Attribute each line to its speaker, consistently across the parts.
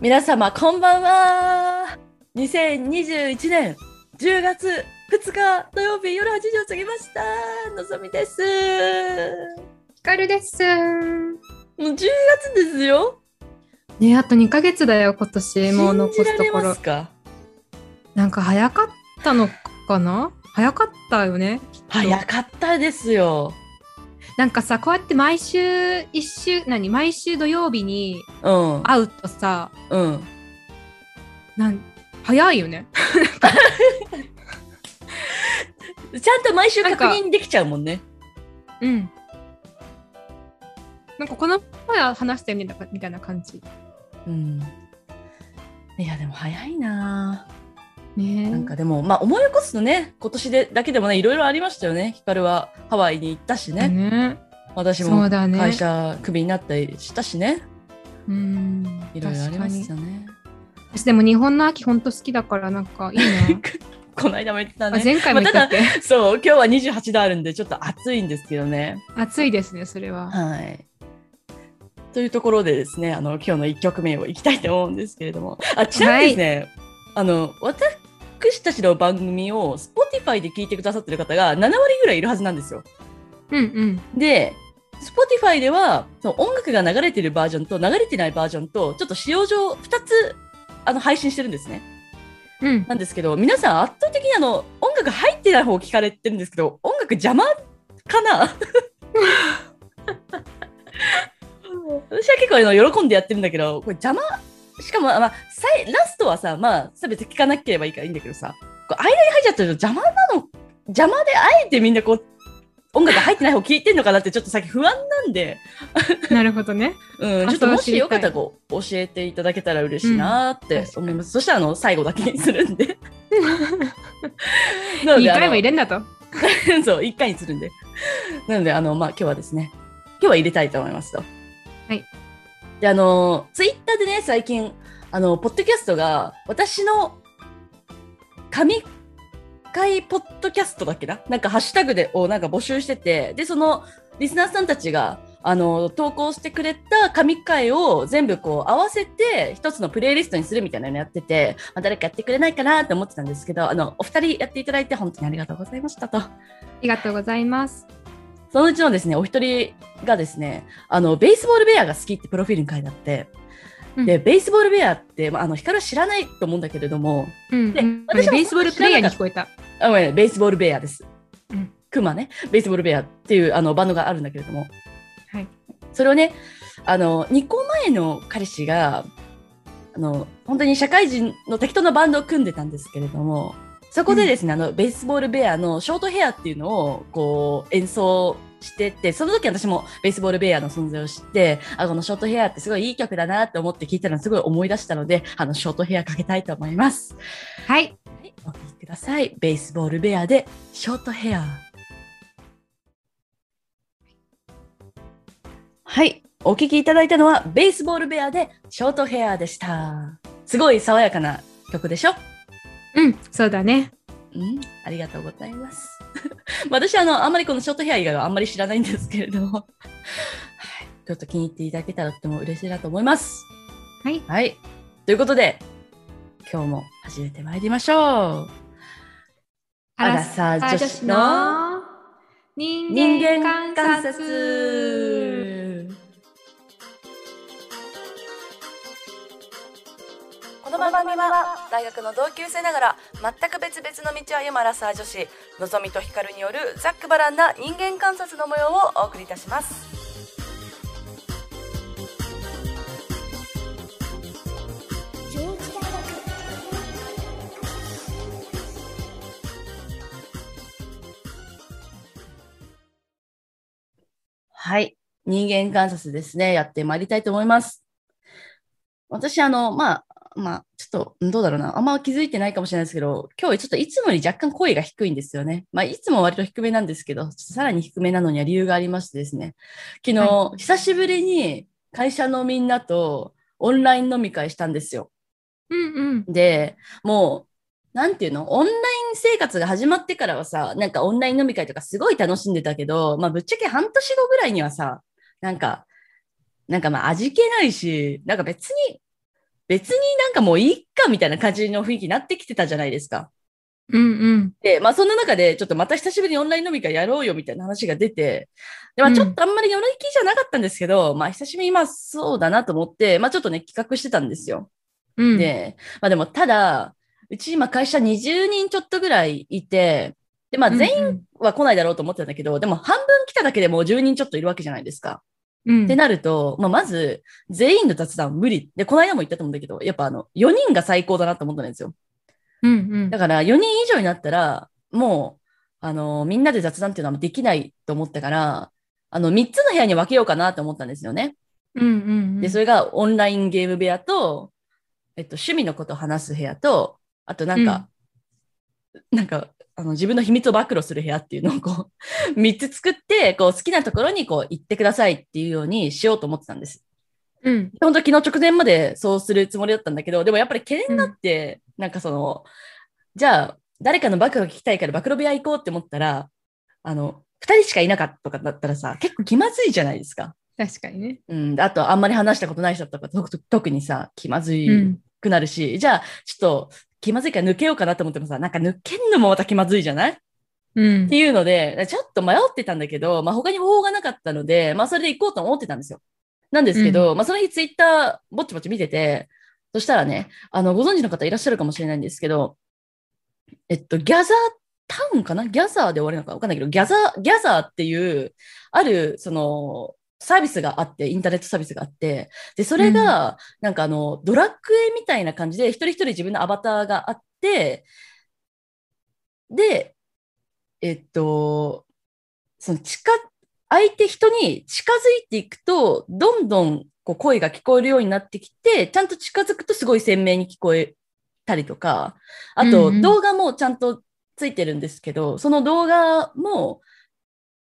Speaker 1: 皆様こんばんは2021年10月2日土曜日夜8時を過ぎましたのぞみです
Speaker 2: ひかるです。
Speaker 1: もう10月ですよ
Speaker 2: ね、あと2ヶ月だよ、今年。もう残すと
Speaker 1: 信じら
Speaker 2: こ
Speaker 1: れま
Speaker 2: ろ
Speaker 1: す。か
Speaker 2: なんか早かったのかな早かったよね。
Speaker 1: 早かったですよ
Speaker 2: なんかさ、こうやって毎週、一週、何、毎週土曜日に
Speaker 1: うん
Speaker 2: 会うとさ、
Speaker 1: うん
Speaker 2: なん早いよね。
Speaker 1: ちゃんと毎週
Speaker 2: なん
Speaker 1: 確
Speaker 2: か
Speaker 1: 認できちゃうもんね
Speaker 2: うん。なんかこの前話したよね、みたいな感じ。
Speaker 1: うんいやでも早いな
Speaker 2: ね
Speaker 1: なんかでもまあ思い起こすとね今年でだけでもねいろいろありましたよねヒカルはハワイに行ったしね、
Speaker 2: ね。
Speaker 1: 私
Speaker 2: そ
Speaker 1: も
Speaker 2: うだね。
Speaker 1: 会社クビになったりしたしね
Speaker 2: うん。
Speaker 1: いろいろありましたね。。
Speaker 2: 私でも日本の秋ほんと好きだから、なんかいいな
Speaker 1: この間も言ってた
Speaker 2: あ
Speaker 1: ね。
Speaker 2: 前回も言ったっけ、
Speaker 1: そう、今日は28度あるんで、ちょっと暑いんですけどね。
Speaker 2: 暑いですね、それは。
Speaker 1: はい。というところでですね、あの、今日の1曲目をいきたいと思うんですけれども。あ、ちなみにですね、あの、私たちの番組を Spotify で聞いてくださってる方が7割ぐらいいるはずなんですよ。
Speaker 2: うんうん。
Speaker 1: で、Spotify では、その音楽が流れてるバージョンと流れてないバージョンと、ちょっと使用上2つ、あの、配信してるんですね。
Speaker 2: うん、
Speaker 1: なんですけど、皆さん圧倒的にあの音楽入ってない方を聞かれてるんですけど、音楽邪魔かな 私は結構あの喜んでやってるんだけど、これ邪魔しかも、まあ、さいラストはさ、まあ、さ別に聞かなければいいからいいんだけどさ、こう間に入っちゃってると邪魔なの、邪魔であえてみんなこう、音楽入ってない方聞いてんのかなってちょっとさっき不安なんで、
Speaker 2: なるほどね。
Speaker 1: うん、
Speaker 2: あ
Speaker 1: ちょっともしよかったら
Speaker 2: そ
Speaker 1: こう教えていただけたら嬉しいなーっ
Speaker 2: う
Speaker 1: て
Speaker 2: ん確かに
Speaker 1: 思います。そしたらあの最後だけにするん で。なの
Speaker 2: 2
Speaker 1: であ
Speaker 2: 回
Speaker 1: の
Speaker 2: も入れんだと。。
Speaker 1: そう、一回にするんで。なので、あの、まあ、今日はですね、今日は入れたいと思いますと。はいで、あの、ツイッターでね、最近、あの、ポッドキャストが、私の、神回ポッドキャストだっけななんか、ハッシュタグで、をなんか募集してて、で、その、リスナーさんたちが、あの、投稿してくれた神回を全部こう合わせて、一つのプレイリストにするみたいなのやってて、まあ誰かやってくれないかなって思ってたんですけど、あの、お二人やっていただいて本当にありがとうございましたと。
Speaker 2: ありがとうございます。
Speaker 1: そのうちのですね、お一人がですね、あの、ベースボールベアが好きってプロフィールに書いてあって、
Speaker 2: うん
Speaker 1: で、ベースボールベアって、まあ、あの、光は知らないと思うんだけれども、
Speaker 2: うん、
Speaker 1: で
Speaker 2: うん
Speaker 1: 私も
Speaker 2: ベースボールプレイヤーに聞こえた。
Speaker 1: あごめんベースボールベアです。
Speaker 2: うん
Speaker 1: クマね、ベースボールベアっていうあのバンドがあるんだけれども、
Speaker 2: はい、
Speaker 1: それをね、あの、2個前の彼氏が、あの、本当に社会人の適当なバンドを組んでたんですけれども、そこでですね、あの、ベースボールベアのショートヘアっていうのを、こう、演奏してて、その時私もベースボールベアの存在を知って、あ、このショートヘアってすごいいい曲だなって思って聞いたのをすごい思い出したので、あの、ショートヘアかけたいと思います。
Speaker 2: はい。
Speaker 1: はい、お聴きください。ベースボールベアでショートヘア。はい、お聴きいただいたのはベースボールベアでショートヘアでした。すごい爽やかな曲でしょ
Speaker 2: うん、そうだね。
Speaker 1: うん、ありがとうございます。 まあ私あの、あんまりこのショートヘア以外はあんまり知らないんですけれども、はい、ちょっと気に入っていただけたらとても嬉しいなと思います。
Speaker 2: はい。
Speaker 1: はい。ということで、今日も始めてまいりましょう。アラサー女子の
Speaker 2: 人
Speaker 1: 人間
Speaker 2: 間
Speaker 1: 観
Speaker 2: 観
Speaker 1: 察
Speaker 2: 察。
Speaker 1: この番組は大学の同級生ながら全く別々の道を歩むアラサー女子のぞみとひかるによるざっくばらんな人間観察の模様をお送りいたしますはい人間観察ですねやってまいりたいと思います私あのまあまあちょっとうんどうだろうなあんま気づいてないかもしれないですけど今日ちょっといつもより若干声が低いんですよねまあいつも割と低めなんですけどちょっとさらに低めなのには理由がありましてですね昨日、久しぶりに会社のみんなとオンライン飲み会したんですよ
Speaker 2: うんうん。
Speaker 1: で、もう、なんていうのオンライン生活が始まってからはさ、なんかオンライン飲み会とかすごい楽しんでたけど、まあぶっちゃけ半年後ぐらいにはさ、なんか、なんかまあ味気ないし、なんか別に、別になんかもういいっかみたいな感じの雰囲気になってきてたじゃないですか。
Speaker 2: うんうん。
Speaker 1: で、まあそんな中で、ちょっとまた久しぶりにオンライン飲み会やろうよみたいな話が出て、でまあ
Speaker 2: うん
Speaker 1: ちょっとあんまりやる気じゃなかったんですけど、まあ久しぶりにまあそうだなと思って、まあちょっとね、企画してたんですよ。
Speaker 2: うん。
Speaker 1: で、まあでもただ、うち今会社20人ちょっとぐらいいて、で、まあ
Speaker 2: うんうん、
Speaker 1: 全員は来ないだろうと思ってたんだけど、でも半分来ただけでもう10人ちょっといるわけじゃないですか。
Speaker 2: うん、
Speaker 1: ってなると、まあ、まず、全員の雑談無理。で、この間も言ったと思うんだけど、やっぱあの、4人が最高だなと思ったんですよ。
Speaker 2: うんうん
Speaker 1: だから、4人以上になったら、もう、あの、みんなで雑談っていうのはできないと思ったから、あの、3つの部屋に分けようかなと思ったんですよね。
Speaker 2: うんうん
Speaker 1: で、それがオンラインゲーム部屋と、えっと、趣味のことを話す部屋と、あとなんか、なんか、あの自分の秘密を暴露する部屋っていうのをこう、3つ 作って、こう、好きなところにこう、行ってくださいっていうようにしようと思ってたんです。
Speaker 2: うん
Speaker 1: 本当昨日直前までそうするつもりだったんだけど、でもやっぱり懸念になって、なんかその、じゃあ、誰かの暴露が聞きたいから暴露部屋行こうって思ったら、あの、二人しかいなかったとかだったらさ、結構気まずいじゃないですか。
Speaker 2: 確かにね。
Speaker 1: うん。あと、あんまり話したことない人とか、とと特にさ、気まず
Speaker 2: う
Speaker 1: い
Speaker 2: ん
Speaker 1: くなるし、じゃあ、ちょっと、気まずいから抜けようかなと思ってもさ、なんか抜けんのもまた気まずいじゃない
Speaker 2: うん
Speaker 1: っていうので、ちょっと迷ってたんだけど、まあ、他に方法がなかったので、まあ、それで行こうと思ってたんですよ。なんですけど、まあ、その日ツイッターぼっちぼっち見てて、そしたらね、あの、ご存知の方いらっしゃるかもしれないんですけど、えっと、ギャザータウンかなギャザーで終わりなのかわかんないけど、ギャザー、ギャザーっていう、ある、その、サービスがあって、インターネットサービスがあって、で、それが、なんかあの、ドラクエみたいな感じで、一人一人自分のアバターがあって、で、えっと、その近、相手人に近づいていくと、どんどんこう声が聞こえるようになってきて、ちゃんと近づくとすごい鮮明に聞こえたりとか、あと
Speaker 2: うんうん
Speaker 1: 動画もちゃんとついてるんですけど、その動画も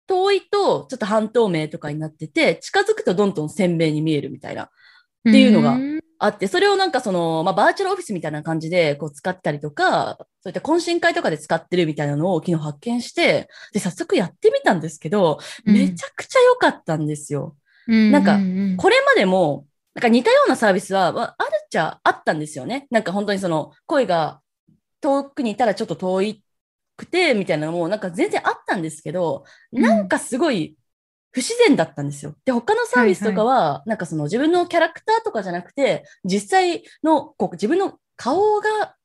Speaker 1: 遠いとちょっと半透明とかになってて、近づくとどんどん鮮明に見えるみたいな。っていうのが
Speaker 2: うん
Speaker 1: あって、それをなんかその、まあ、バーチャルオフィスみたいな感じでこう使ったりとか、そういった懇親会とかで使ってるみたいなのを昨日発見して、で、早速やってみたんですけど、めちゃくちゃ良かったんですよ。なんか
Speaker 2: うんうん
Speaker 1: これまでも、なんか似たようなサービスは、まああるっちゃあったんですよね。なんか本当にその声が遠くにいたらちょっと遠いくて、みたいなのもなんか全然あったんですけど、
Speaker 2: うん
Speaker 1: なんかすごい不自然だったんですよ。で、他のサービスとかは、なんかその自分のキャラクターとかじゃなくて、実際のこう自分の顔が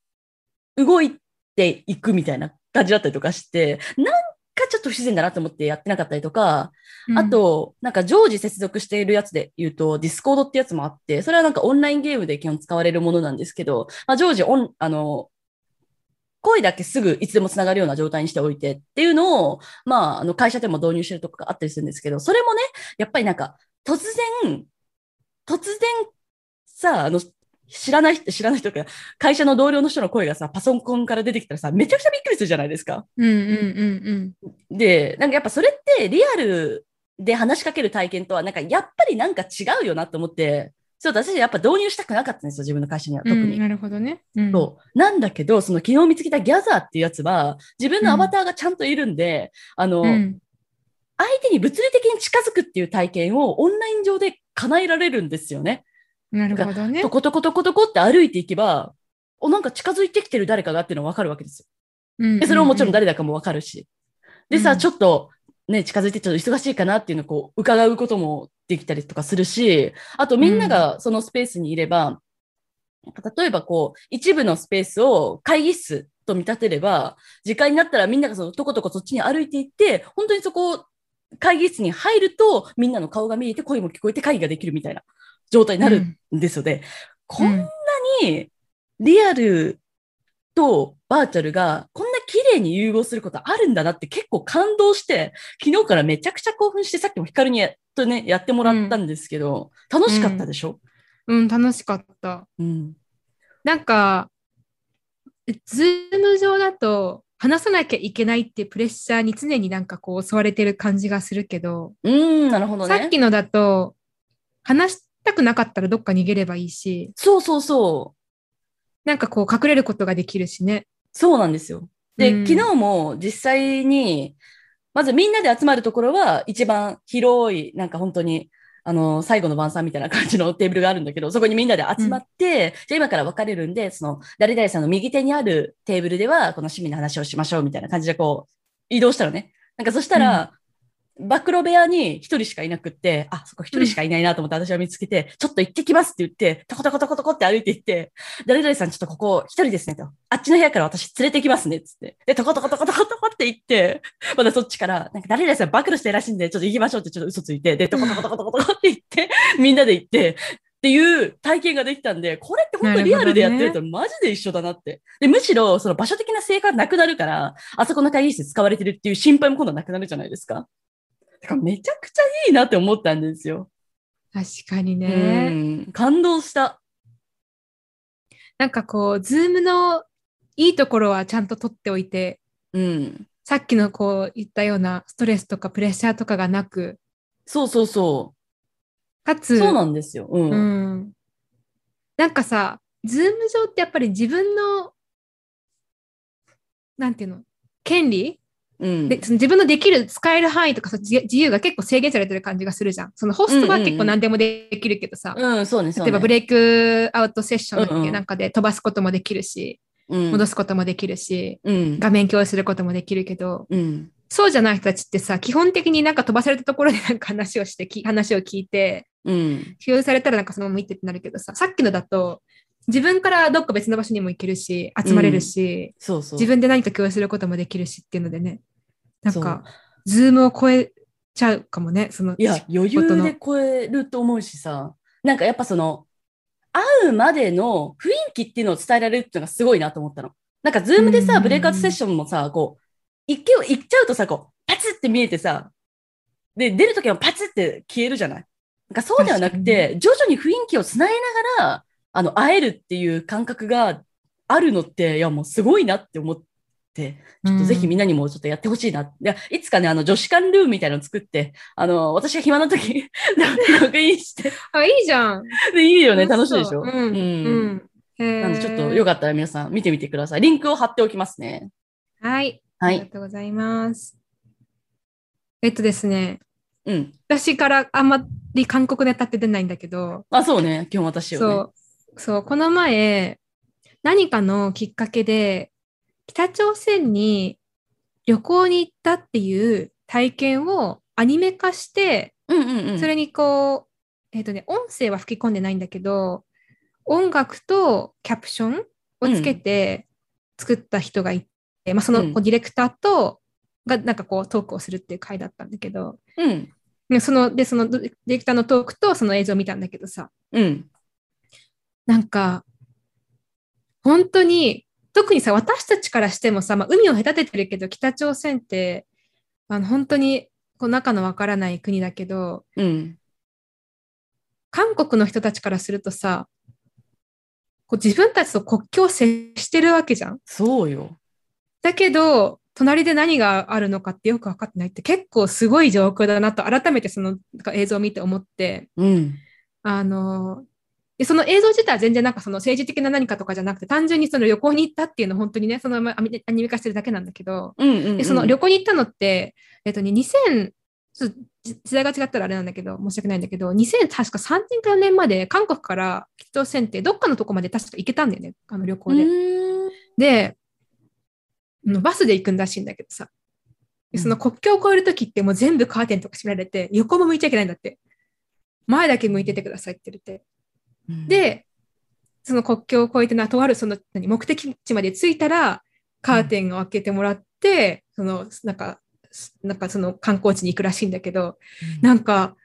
Speaker 1: 動いていくみたいな感じだったりとかして、なんかちょっと不自然だなと思ってやってなかったりとか、
Speaker 2: うん
Speaker 1: あと、なんか常時接続しているやつで言うと、ディスコードってやつもあって、それはなんかオンラインゲームで基本使われるものなんですけど、まあ、常時オン、あの、声だけすぐいつでもつながるような状態にしておいてっていうのを、まあ、あの会社でも導入してるとこがあったりするんですけど、それもね、やっぱりなんか、突然、突然、さ、あの、知らない人、知らない人とか、会社の同僚の人の声がさ、パソコンから出てきたらさ、めちゃくちゃびっくりするじゃないですか。
Speaker 2: うんうんうん
Speaker 1: で、なんかやっぱそれってリアルで話しかける体験とは、なんかやっぱりなんか違うよなと思って、そう、私やっぱ導入したくなかったんですよ、自分の会社には
Speaker 2: う
Speaker 1: 特
Speaker 2: ん。
Speaker 1: に。
Speaker 2: なるほどね。うん
Speaker 1: そうなんだけど、その昨日見つけたギャザーっていうやつは、自分のアバターがちゃんといるんで、あの、
Speaker 2: うん
Speaker 1: 相手に物理的に近づくっていう体験をオンライン上で叶えられるんですよね。
Speaker 2: なるほどね
Speaker 1: ト。コトコトコトコって歩いていけば、お、なんか近づいてきてる誰かがっていうのは分かるわけですよ。で、それももちろん
Speaker 2: だ。
Speaker 1: 誰だかも分かるし。でさ、
Speaker 2: うん
Speaker 1: ちょっと、ね、近づいてちょっと忙しいかなっていうのをこう、伺うこともできたりとかするし、あとみんながそのスペースにいれば、なんか例えばこう、一部のスペースを会議室と見立てれば、時間になったらみんながそのとことこそっちに歩いていって、本当にそこを会議室に入ると、みんなの顔が見えて声も聞こえて会議ができるみたいな状態になるんですよね。こんなにリアルとバーチャルがこんな綺麗に融合することあるんだなって結構感動して、昨日からめちゃくちゃ興奮して、さっきもヒカルにやとね、やってもらったんですけど、楽しかったでしょ、
Speaker 2: うん。うん、楽しかった。
Speaker 1: うん、
Speaker 2: なんか、ズーム上だと話さなきゃいけないってプレッシャーに常になんかこう襲われてる感じがするけど、
Speaker 1: うーん、なるほどね。
Speaker 2: さっきのだと、話したくなかったらどっか逃げればいいし、
Speaker 1: そうそうそう。
Speaker 2: なんかこう隠れることができるしね。
Speaker 1: そうなんですよ。で、
Speaker 2: うん
Speaker 1: 昨日も実際に、まずみんなで集まるところは一番広い、なんか本当に、ああの、最後の晩餐みたいな感じのテーブルがあるんだけど、そこにみんなで集まって、じゃあ今から別れるんで、その、誰々さんの右手にあるテーブルでは、この趣味の話をしましょうみたいな感じでこう、移動したのね。なんかそしたら、暴露部屋に一人しかいなくって、あ、そこ一人しかいないなと思って私は見つけて、ちょっと行ってきますって言って、トコトコトコトコって歩いて行って、誰々さんちょっとここ一人ですねと。あっちの部屋から私連れてきますねっつって。で、トコトコトコトコトコって行って、まだそっちから、なんか誰々さん暴露してるらしいんで、ちょっと行きましょうってちょっと嘘ついて、で、トコトコトコトコトコって行って、 みんなで行って、っていう体験ができたんで、これって本当リアルでやってるとマジで一緒だなって。で、むしろその場所的な性格なくなるから、あそこの会議室使われてるっていう心配も今度なくなるじゃないですか。だからめちゃくちゃいいなって思ったんですよ。
Speaker 2: 確かに
Speaker 1: う
Speaker 2: ね。
Speaker 1: ん感動した。
Speaker 2: なんかこう、ズームのいいところはちゃんと取っておいて、
Speaker 1: うん。
Speaker 2: さっきのこう言ったようなストレスとかプレッシャーとかがなく、
Speaker 1: そうそうそ
Speaker 2: か
Speaker 1: う。
Speaker 2: つ、
Speaker 1: そうなんですよ。うん。
Speaker 2: うんなんかさ、ズーム上ってやっぱり自分の、なんていうの、権利、
Speaker 1: うん
Speaker 2: でその自分のできる、使える範囲とかさ自自由が結構制限されてる感じがするじゃん。そのホストは結構何でもできるけどさ、
Speaker 1: うん、そうね、そう
Speaker 2: 例
Speaker 1: ね。
Speaker 2: えばブレイクアウトセッションだ
Speaker 1: う
Speaker 2: っ
Speaker 1: んう
Speaker 2: け
Speaker 1: ん
Speaker 2: なんかで飛ばすこともできるし、
Speaker 1: うん、
Speaker 2: 戻すこともできるし、
Speaker 1: うん。
Speaker 2: 画面共有することもできるけど、
Speaker 1: うん。
Speaker 2: そうじゃない人たちってさ、基本的になんか飛ばされたところでなんか話をして、き 話を聞いて、
Speaker 1: うん。
Speaker 2: 共有されたらなんかそのまま行ってってなるけどさ、さっきのだと、自分からどっか別の場所にも行けるし、集まれるし、
Speaker 1: そうそう。
Speaker 2: 自分で何か共有することもできるしっていうのでね、なんか、
Speaker 1: そう
Speaker 2: ズームを超えちゃうかもね、その、
Speaker 1: いや、余
Speaker 2: 事
Speaker 1: 裕
Speaker 2: の
Speaker 1: で超えると思うしさ、なんかやっぱその、会うまでの雰囲気っていうのを伝えられるっていうのがすごいなと思ったの。なんか、ズームで
Speaker 2: うんうんう
Speaker 1: さ、
Speaker 2: ん
Speaker 1: ブレイクアウトセッションもさ、こう、一見行っちゃうとさ、こう、パツって見えてさ、で、出るときもパツって消えるじゃない。なんかそうではなく
Speaker 2: 確
Speaker 1: て、徐々に雰囲気をつないながら、あの、会えるっていう感覚があるのって、いや、もうすごいなって思って。
Speaker 2: ちょ
Speaker 1: ちょっとぜひみんなにもちょっとやってほしいな。いや、いつかね、あの、女子館ルームみたいなの作って、あの、私が暇な時、 ログインして。
Speaker 2: あ、いいじゃん。
Speaker 1: で、いいよね。楽
Speaker 2: 楽し
Speaker 1: しい
Speaker 2: そ
Speaker 1: で
Speaker 2: う
Speaker 1: しょ。
Speaker 2: うんうん。へー
Speaker 1: なんで、ちょっとよかったら皆さん見てみてください。リンクを貼っておきますね。
Speaker 2: はい。
Speaker 1: は
Speaker 2: ありが
Speaker 1: い。
Speaker 2: とうございます。えっとですね、
Speaker 1: うん。
Speaker 2: 私からあんまり韓国ネタって出ないんだけど、
Speaker 1: あ、そうね。基本私よね。
Speaker 2: そう、そう、この前、何かのきっかけで、北朝鮮に旅行に行ったっていう体験をアニメ化して、
Speaker 1: うんうんうん。
Speaker 2: それにこう、えっ、とね、音声は吹き込んでないんだけど、音楽とキャプションをつけて作った人がいて、まあ、その
Speaker 1: うん
Speaker 2: こうディレクターと、がなんかこうトークをするっていう回だったんだけど、
Speaker 1: うん。
Speaker 2: でその、で、そのディレクターのトークとその映像を見たんだけどさ、
Speaker 1: うん。
Speaker 2: なんか、本当に、特にさ、私たちからしてもさ、まあ、海を隔ててるけど、北朝鮮って、あの本当にこう仲のわからない国だけど、
Speaker 1: うん。
Speaker 2: 韓国の人たちからするとさ、こう自分たちと国境を接してるわけじゃん。
Speaker 1: そうよ。
Speaker 2: だけど、隣で何があるのかってよく分かってないって結構すごい状況だなと改めてそのなんか映像を見て思って、
Speaker 1: うん。
Speaker 2: あの、でその映像自体は全然なんかその政治的な何かとかじゃなくて、単純にその旅行に行ったっていうのを本当にね、そのままアニアニメ化してるだけなんだけど、
Speaker 1: うんうん、うん。
Speaker 2: でその旅行に行ったのって、えっとね、2000、ちょっと時時代が違ったらあれなんだけど、申し訳ないんだけど、2000、確か3年か4年まで韓国から北朝鮮ってどっかのとこまで確か行けたんだよね、あの旅行で。
Speaker 1: う
Speaker 2: で、あのバスで行くんらしいんだけどさ、でその国境を越えるときってもう全部カーテンとか閉められて、横も向いちゃいけないんだって。前だけ向いててくださいって言って。
Speaker 1: ーん、
Speaker 2: で、その国境を越えてなとあるその何目的地まで着いたら、カーテンを開けてもらって、その、なんか、すなんかその観光地に行くらしいんだけど、
Speaker 1: うん、
Speaker 2: なんか、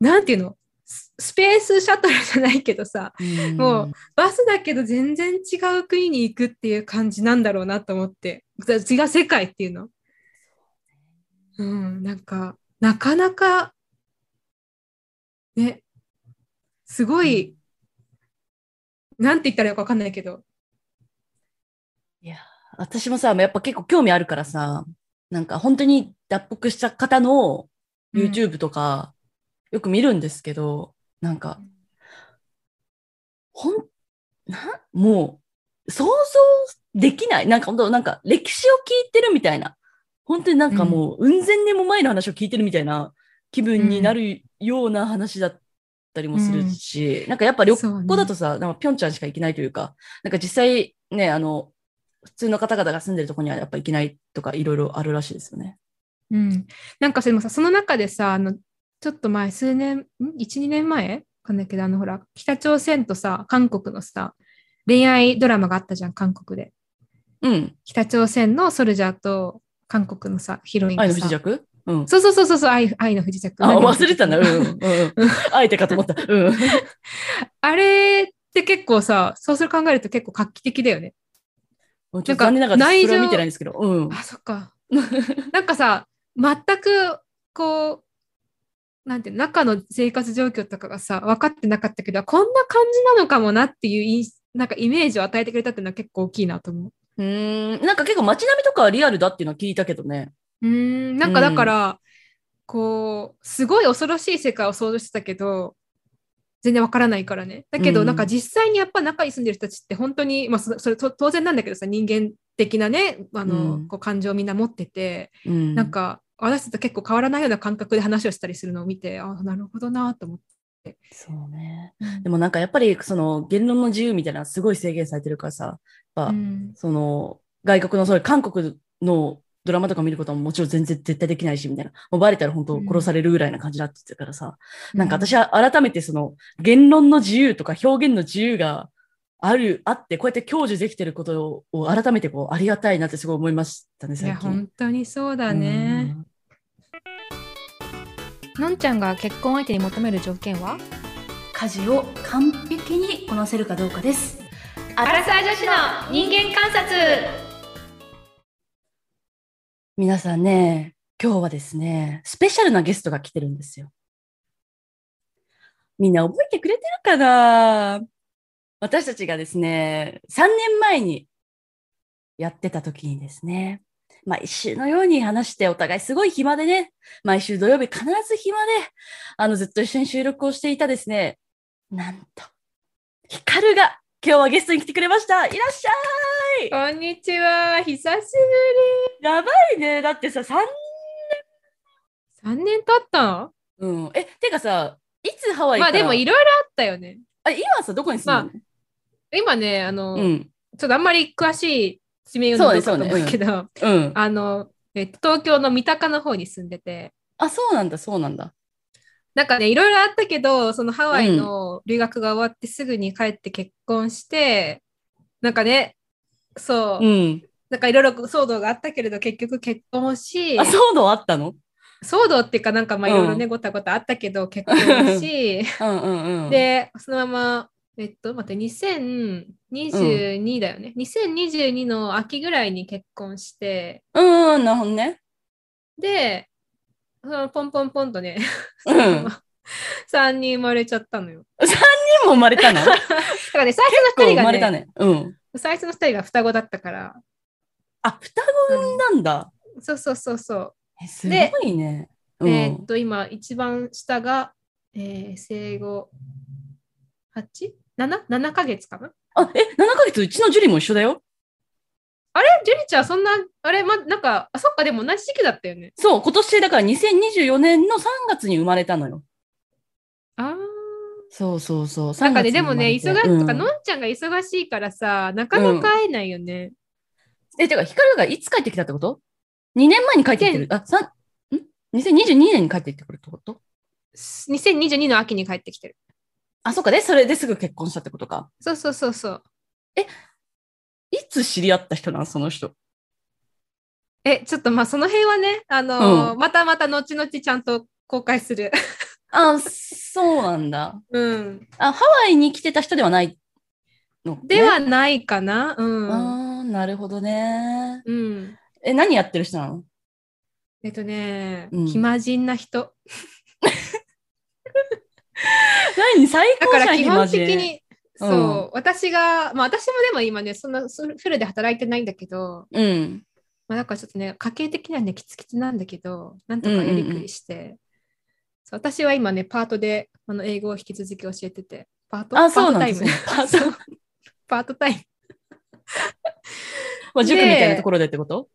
Speaker 2: なんていうのススペースシャトルじゃないけどさ、
Speaker 1: うん
Speaker 2: もう、バスだけど全然違う国に行くっていう感じなんだろうなと思って、ざ違う世界っていうの。うん、なんか、なかなか、ね、すごい、なんて言ったらよくわかんないけど、
Speaker 1: 私もさ、やっぱ結構興味あるからさ、なんか本当に脱北した方の
Speaker 2: うん
Speaker 1: YouTube とか、よく見るんですけど、なんか、ほん、な、もう、想像できない。なんか本当、なんか歴史を聞いてるみたいな。本当になんかもう、うん千年も前の話を聞いてるみたいな気分になるような話だったりもするし、なんかやっぱ旅
Speaker 2: そうね
Speaker 1: 行だとさ、なんかピョンチャンしか行けないというか、なんか実際ね、あの、普通の方々が住んでるとこにはやっぱ行けないとかいろいろあるらしいですよね。
Speaker 2: うん、なんかそれもさその中でさあのちょっと前数年12年前かんだけどあのほら北朝鮮とさ韓国のさ恋愛ドラマがあったじゃん韓国で
Speaker 1: うん。
Speaker 2: 北朝鮮のソルジャーと韓国のさヒロインが
Speaker 1: 愛の
Speaker 2: さ
Speaker 1: 不時着うん。
Speaker 2: そうそうそうそうそう愛愛の不時着
Speaker 1: あ、忘れてたんだ。うん。
Speaker 2: 何
Speaker 1: うんうん。あえてかと思った。うん。
Speaker 2: あれって結構さそうする考えると結構画期的だよね
Speaker 1: もうちょっと残念ながら
Speaker 2: なんか
Speaker 1: それ
Speaker 2: 内
Speaker 1: は
Speaker 2: 情
Speaker 1: 見てないんですけど。うん。
Speaker 2: あそっか なんかさ全くこうなんていうの中の生活状況とかがさ分かってなかったけどこんな感じなのかもなっていうインなんかイメージを与えてくれたっていうのは結構大きいなと思う。
Speaker 1: うーん。なんか結構街並みとかはリアルだっていうのは聞いたけどね。
Speaker 2: うーんなんかだから、こうすごい恐ろしい世界を想像してたけど全然わからないからねだけど、
Speaker 1: うん
Speaker 2: なんか実際にやっぱ中に住んでる人たちって本当に、まあ、そそれと当然なんだけどさ人間的なねあの、
Speaker 1: うん
Speaker 2: こう感情をみんな持ってて、
Speaker 1: うん。
Speaker 2: なんか私たちと結構変わらないような感覚で話をしたりするのを見てあなるほどなと思って。
Speaker 1: そうね。で
Speaker 2: でも
Speaker 1: もなんかやっぱりその言論の自由みたいなのすごい制限されてるからさ、やっぱ
Speaker 2: うん
Speaker 1: その外国のそういう韓国のドラマとか見ることももちろん全然絶対できないしみたいな、もうバレたら本当殺されるぐらいな感じになってたからさ、なんか私は改めてその言論の自由とか表現の自由がある、あって、こうやって享受できてることを改めてこうありがたいなってすごい思いましたね、
Speaker 2: いや
Speaker 1: 最近。
Speaker 2: 本当にそうだね。のんちゃんが結婚相手に求める条件は
Speaker 1: 家事を完璧にこなせるかどうかです。
Speaker 3: アラサー女子の人間観察
Speaker 1: 皆さんね、今日はですね、スペシャルなゲストが来てるんですよ。みんな覚えてくれてるかな私たちがですね、3年前にやってた時にですね、毎週のように話してお互いすごい暇でね、毎週土曜日必ず暇で、あのずっと一緒に収録をしていたですね、なんと、ヒカルが今日はゲストに来てくれました。いらっしゃい
Speaker 2: こんにちは久しぶ
Speaker 1: やばいね。だってさ、3
Speaker 2: り !3 年経ったの
Speaker 1: うん。え、てかさ、いつハワイ
Speaker 2: ま
Speaker 1: か
Speaker 2: あ
Speaker 1: ら
Speaker 2: でもいろいろあったよね。
Speaker 1: あ今さ、どこに住んでる
Speaker 2: 今ねあの、
Speaker 1: の、うん。
Speaker 2: ちょっとあんまり詳しい地名を言うの
Speaker 1: そうね
Speaker 2: どうかと思うけど、
Speaker 1: うん。
Speaker 2: あの、えっと、東京の三鷹の方に住んでて。
Speaker 1: あ、そうなんだ、そうなんだ。
Speaker 2: なんかね、いろいろあったけど、そのハワイの留学が終わってすぐに帰って結婚して、なんかね、そう、
Speaker 1: うん。
Speaker 2: なんかいろいろ騒動があったけれど、結局結婚をし、
Speaker 1: あ、そうのあったの
Speaker 2: 騒動っていうか、なんかまあ
Speaker 1: う
Speaker 2: い
Speaker 1: ん
Speaker 2: ろいろね、ごたごたあったけど、結婚をし、
Speaker 1: うんうんうん。、
Speaker 2: で、そのまま、えっと、待って、2022だよね。2022の秋ぐらいに結婚して、
Speaker 1: うんうん、なるほどね。
Speaker 2: で、そのポンポンポンとね、
Speaker 1: うん。に も
Speaker 2: 3人生まれちゃったのよ。
Speaker 1: 生まれ たの結
Speaker 2: だからね、最初
Speaker 1: 構
Speaker 2: の
Speaker 1: 生
Speaker 2: 2人
Speaker 1: ま
Speaker 2: が
Speaker 1: れた
Speaker 2: ね、
Speaker 1: ね。うん。
Speaker 2: 最初の2人が双子だったから、
Speaker 1: あ、双子なんだ。
Speaker 2: そうそうそうそう。
Speaker 1: えすごいね。うん。
Speaker 2: えーっと、今、一番下が、えー生後 8?7?7 ヶ月かな
Speaker 1: あ、え、7ヶ月、うちのジュリも一緒だよ。
Speaker 2: あれジュリちゃん、そんな、あれ、ま、なんか、あ、そっか、でも同じ時期だったよね。
Speaker 1: そう、今年だから2024年の3月に生まれたのよ。
Speaker 2: あー
Speaker 1: そうそうそう。
Speaker 2: な
Speaker 1: 3
Speaker 2: んかね、
Speaker 1: 月に
Speaker 2: で
Speaker 1: 生ま
Speaker 2: も
Speaker 1: れ
Speaker 2: ね、
Speaker 1: て
Speaker 2: 忙しい、とか、
Speaker 1: うん
Speaker 2: のんちゃんが忙しいからさ、なかなか会えないよね。
Speaker 1: え、てか、ヒカルがいつ帰ってきたってこと ?2 年前に帰ってきてる。あ、さん、ん ?2022 年に帰ってきてくるってこと
Speaker 2: 2022の秋に帰ってきてる。
Speaker 1: あ、そっか。で、それですぐ結婚したってことか。
Speaker 2: そうそうそうそう。
Speaker 1: いつ知り合った人なんその人。
Speaker 2: え、ちょっとまあ、その辺はね、あのーまたまた後々ちゃんと公開する。
Speaker 1: あ、そうなんだ。
Speaker 2: うん。
Speaker 1: あ、ハワイに来てた人ではないの、ね
Speaker 2: ではないかな。うん。
Speaker 1: あーなるほどね。
Speaker 2: うん。
Speaker 1: え、何やってる人なの
Speaker 2: えっとね、
Speaker 1: うん
Speaker 2: 暇人な人。
Speaker 1: 何最
Speaker 2: だ
Speaker 1: 高
Speaker 2: か
Speaker 1: じゃ
Speaker 2: ら
Speaker 1: ん、
Speaker 2: 基本的に、
Speaker 1: う
Speaker 2: そ
Speaker 1: ん
Speaker 2: う、私が、まあ私もでも今ね、そんなそフルで働いてないんだけど、
Speaker 1: 暇人。うん。
Speaker 2: まあだからちょっとね、家計的にはね、キツキツなんだけど、なんとかやりくりして、そう私は今ね、パートであの英語を引き続き教えてて、パート
Speaker 1: あ、そうなん
Speaker 2: パ
Speaker 1: で
Speaker 2: ート
Speaker 1: す
Speaker 2: タイ
Speaker 1: ね
Speaker 2: ム。。
Speaker 1: パート
Speaker 2: パートタイム。
Speaker 1: まあ、塾みたいな
Speaker 2: で
Speaker 1: ところでってこと